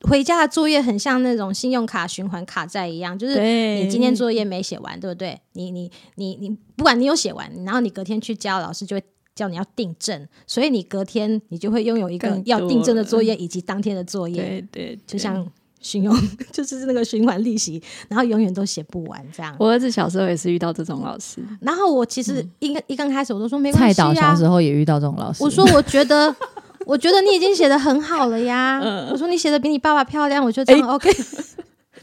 Speaker 3: 回家的作业很像那种信用卡循环卡债一样，就是
Speaker 1: 对，
Speaker 3: 你今天作业没写完，对不对？你你你你，不管你有写完，然后你隔天去交，老师就会叫你要订正，所以你隔天你就会拥有一个
Speaker 1: 更多
Speaker 3: 要订正的作业以及当天的作业，
Speaker 1: 对对，
Speaker 3: 就
Speaker 1: 对
Speaker 3: 像循用， (laughs) 就是那个循环利息，然后永远都写不完这样。
Speaker 1: 我儿嗯子小时候也是遇到这种老师，
Speaker 3: 然后我其实一刚、一刚开始我都说没关
Speaker 2: 蔡
Speaker 3: 系
Speaker 2: 导小
Speaker 3: 啊，
Speaker 2: 时候也遇到这种老师，
Speaker 3: 我说我觉得。我觉得你已经写的很好了呀，
Speaker 1: (laughs) 嗯
Speaker 3: 我说你写的比你爸爸漂亮，我觉得这样 OK。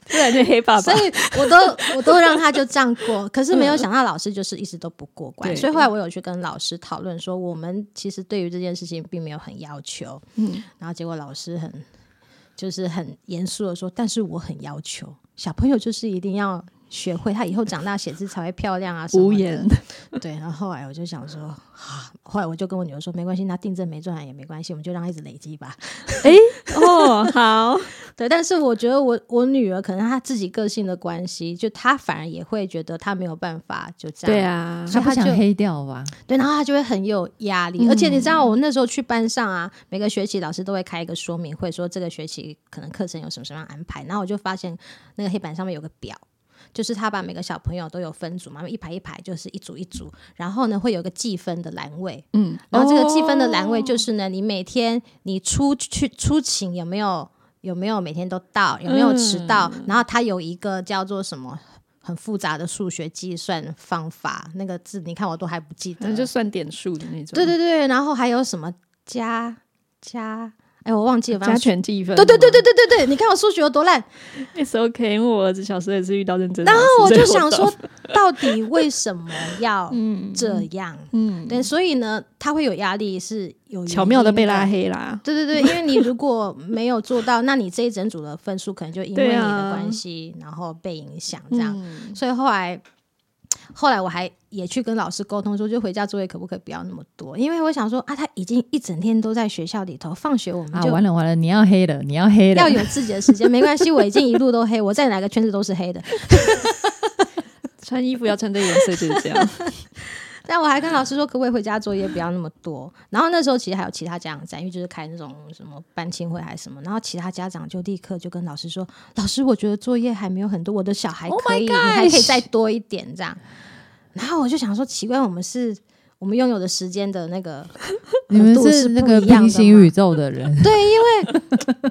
Speaker 1: 不然就黑爸
Speaker 3: 所以我都我都让他就这样过，可是没有想到老师就是一直都不过关，
Speaker 1: 对
Speaker 3: 所以后来我有去跟老师讨论说，我们其实对于这件事情并没有很要求，
Speaker 1: 嗯，
Speaker 3: 然后结果老师很就是很严肃的说，但是我很要求小朋友就是一定要学会，他以后长大写字才会漂亮啊什么
Speaker 1: (laughs) 无
Speaker 3: 的
Speaker 1: 言。
Speaker 3: 对，然后后来我就想说，啊，后来我就跟我女儿说，没关系，那订正没赚也没关系，我们就让他一直累积吧。
Speaker 1: 哎， (laughs) 哦，好，
Speaker 3: 对，但是我觉得我我女儿可能她自己个性的关系，就她反而也会觉得她没有办法就这样。
Speaker 1: 对啊，
Speaker 2: 他
Speaker 3: 所以
Speaker 2: 不
Speaker 3: 他
Speaker 2: 想
Speaker 3: 就
Speaker 2: 黑掉吧？
Speaker 3: 对然后她就会很有压力。而且你知
Speaker 1: 嗯
Speaker 3: 道，我那时候去班上啊，每个学期老师都会开一个说明会，说这个学期可能课程有什么什么样安排。然后我就发现那个黑板上面有个表。就是他把每个小朋友都有分组嘛，一排一排就是一组一组，然后呢会有一个计分的栏位，
Speaker 1: 嗯，
Speaker 3: 然后这个计分的
Speaker 1: 哦
Speaker 3: 栏位就是呢，你每天你出去出勤有没有有没有每天都到，有没有迟到？
Speaker 1: 嗯
Speaker 3: 然后它有一个叫做什么很复杂的数学计算方法，那个字你看我都还不记
Speaker 1: 反
Speaker 3: 得。
Speaker 1: 正就算点数的那种，
Speaker 3: 对对对，然后还有什么加加？哎，我忘记了，反
Speaker 1: 加
Speaker 3: 正
Speaker 1: 权嗯计分，
Speaker 3: 对对对对对对对，你看我数学有多烂，
Speaker 1: ，it's OK，因为我儿子小时候也是遇到认真的
Speaker 3: 然
Speaker 1: 老
Speaker 3: 后
Speaker 1: 师，
Speaker 3: 我
Speaker 1: 所以
Speaker 3: 就想
Speaker 1: 懂 (laughs)
Speaker 3: 说，，到底为什么要
Speaker 1: 嗯
Speaker 3: 这样？
Speaker 1: 嗯，
Speaker 3: 对，所以呢，他会有压力，是有
Speaker 1: 巧妙的
Speaker 3: 的
Speaker 1: 被拉黑啦，
Speaker 3: 对对对，因为你如果没有做到，那你这一整组的分数可能就因为你
Speaker 1: 对
Speaker 3: 的
Speaker 1: 啊嗯
Speaker 3: 关系，然后被影响这样。所以后来，后来我还也去跟老师沟通说，就回家作业可不可以不要那么多？因为我想说啊，他已经一整天都在学校里头，放学我们
Speaker 2: 啊，
Speaker 3: 就
Speaker 2: 完了完了，你要黑了，你要黑了
Speaker 3: 要，有自己的时间。没关系，我已经一路都黑，我在哪个圈子都是黑的。
Speaker 1: 穿衣服要穿这个颜色就是这样，
Speaker 3: 但我还跟老师说，可不可以回家作业不要那么多？然后那时候其实还有其他家长在，因为就是开那种什么班亲会还是什么，然后其他家长就立刻就跟老师说：“老师，我觉得作业还没有很多，我的小孩
Speaker 2: Oh
Speaker 3: 可
Speaker 2: my
Speaker 3: 以你还可以
Speaker 2: gosh
Speaker 3: 再多一点这样。”然后我就想说，奇怪，我们是。我们拥有的时间的那个，
Speaker 2: 你们
Speaker 3: 程度
Speaker 2: 是
Speaker 3: 是
Speaker 2: 那
Speaker 3: 不
Speaker 2: 个
Speaker 3: 一样
Speaker 2: 平
Speaker 3: 的
Speaker 2: 行
Speaker 3: 吗
Speaker 2: 宇宙的人，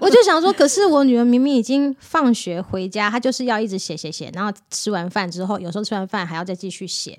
Speaker 3: 我就想说，可是我女儿明明已经放学回家，她就是要一直写写写，然后吃完饭之后，有时候吃完饭还要再继续写。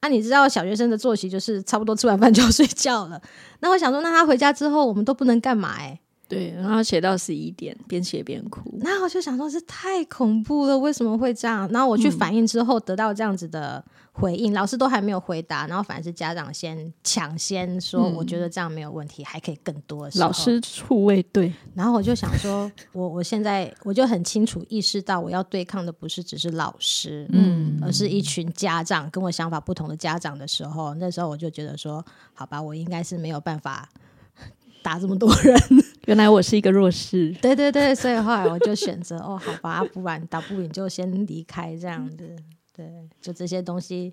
Speaker 3: 啊，你知道小学生的作息就是差不多吃完饭就要睡觉了。那我想说，那她回家之后我们都不能干嘛、欸？
Speaker 1: 对，然后写到十一点，边写边哭，
Speaker 3: 那我就想说，这太恐怖了，为什么会这样？然后我去
Speaker 1: 嗯
Speaker 3: 反映之后，得到这样子的回应，老师都还没有回答，然后反而是家长先抢先说，
Speaker 1: 嗯
Speaker 3: 我觉得这样没有问题，还可以更多的时候。
Speaker 1: 老师处卫队，
Speaker 3: 然后我就想说，我我现在我就很清楚意识到，我要对抗的不是只是老师，
Speaker 2: 嗯
Speaker 3: 而是一群家长跟我想法不同的家长的时候，那时候我就觉得说，好吧，我应该是没有办法打这么多人。 (laughs)
Speaker 1: 原来我是一个弱势，
Speaker 3: 对对对，所以后来我就选择哦，好吧，不然打不赢就先离开这样子。对，就这些东西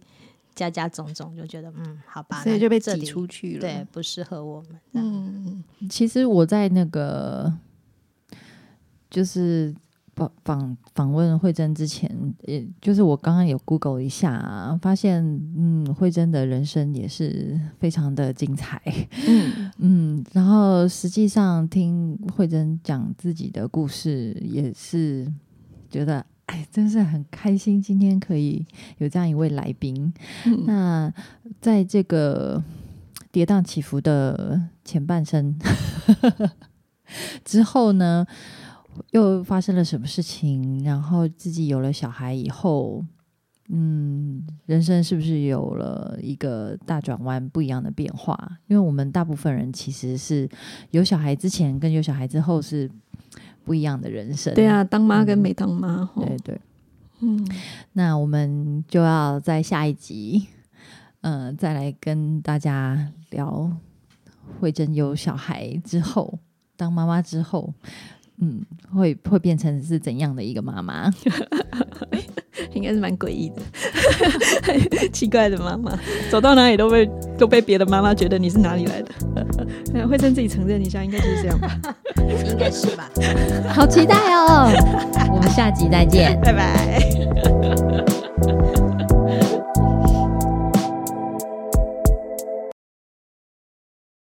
Speaker 3: 加加种种，就觉得嗯，好吧，
Speaker 1: 所以就被
Speaker 3: 那这
Speaker 1: 挤
Speaker 3: 里
Speaker 1: 出去了，
Speaker 3: 对，不适合我们。嗯，
Speaker 1: 嗯，
Speaker 2: 其实我在那个就是访访访问慧珍之前，也就是我刚刚有 Google 一下、啊，发现嗯，慧珍的人生也是非常的精彩。
Speaker 1: 嗯
Speaker 2: 嗯，然后实际上听慧珍讲自己的故事，也是觉得哎，真是很开心，今天可以有这样一位来宾。
Speaker 1: 嗯
Speaker 2: 那在这个跌宕起伏的前半生 (laughs) 之后呢，又发生了什么事情？然后自己有了小孩以后，嗯，人生是不是有了一个大转弯、不一样的变化？因为我们大部分人其实是有小孩之前跟有小孩之后是不一样的人生。
Speaker 1: 对，啊，当妈跟没当妈，吼
Speaker 2: 对对。
Speaker 1: 哦嗯，
Speaker 2: 那我们就要在下一集，呃，再来跟大家聊慧珍有小孩之后，当妈妈之后，嗯，会会变成是怎样的一个妈妈？
Speaker 1: 应该是蛮诡异的，奇怪的妈 (laughs) 妈，走到哪里都被 (laughs) 都被别的妈妈觉得你是哪里来的，慧珍自己承认一下，应该就是这样吧。
Speaker 3: 应该是吧。
Speaker 2: 好期待哦！我们下集再见。
Speaker 3: 拜拜。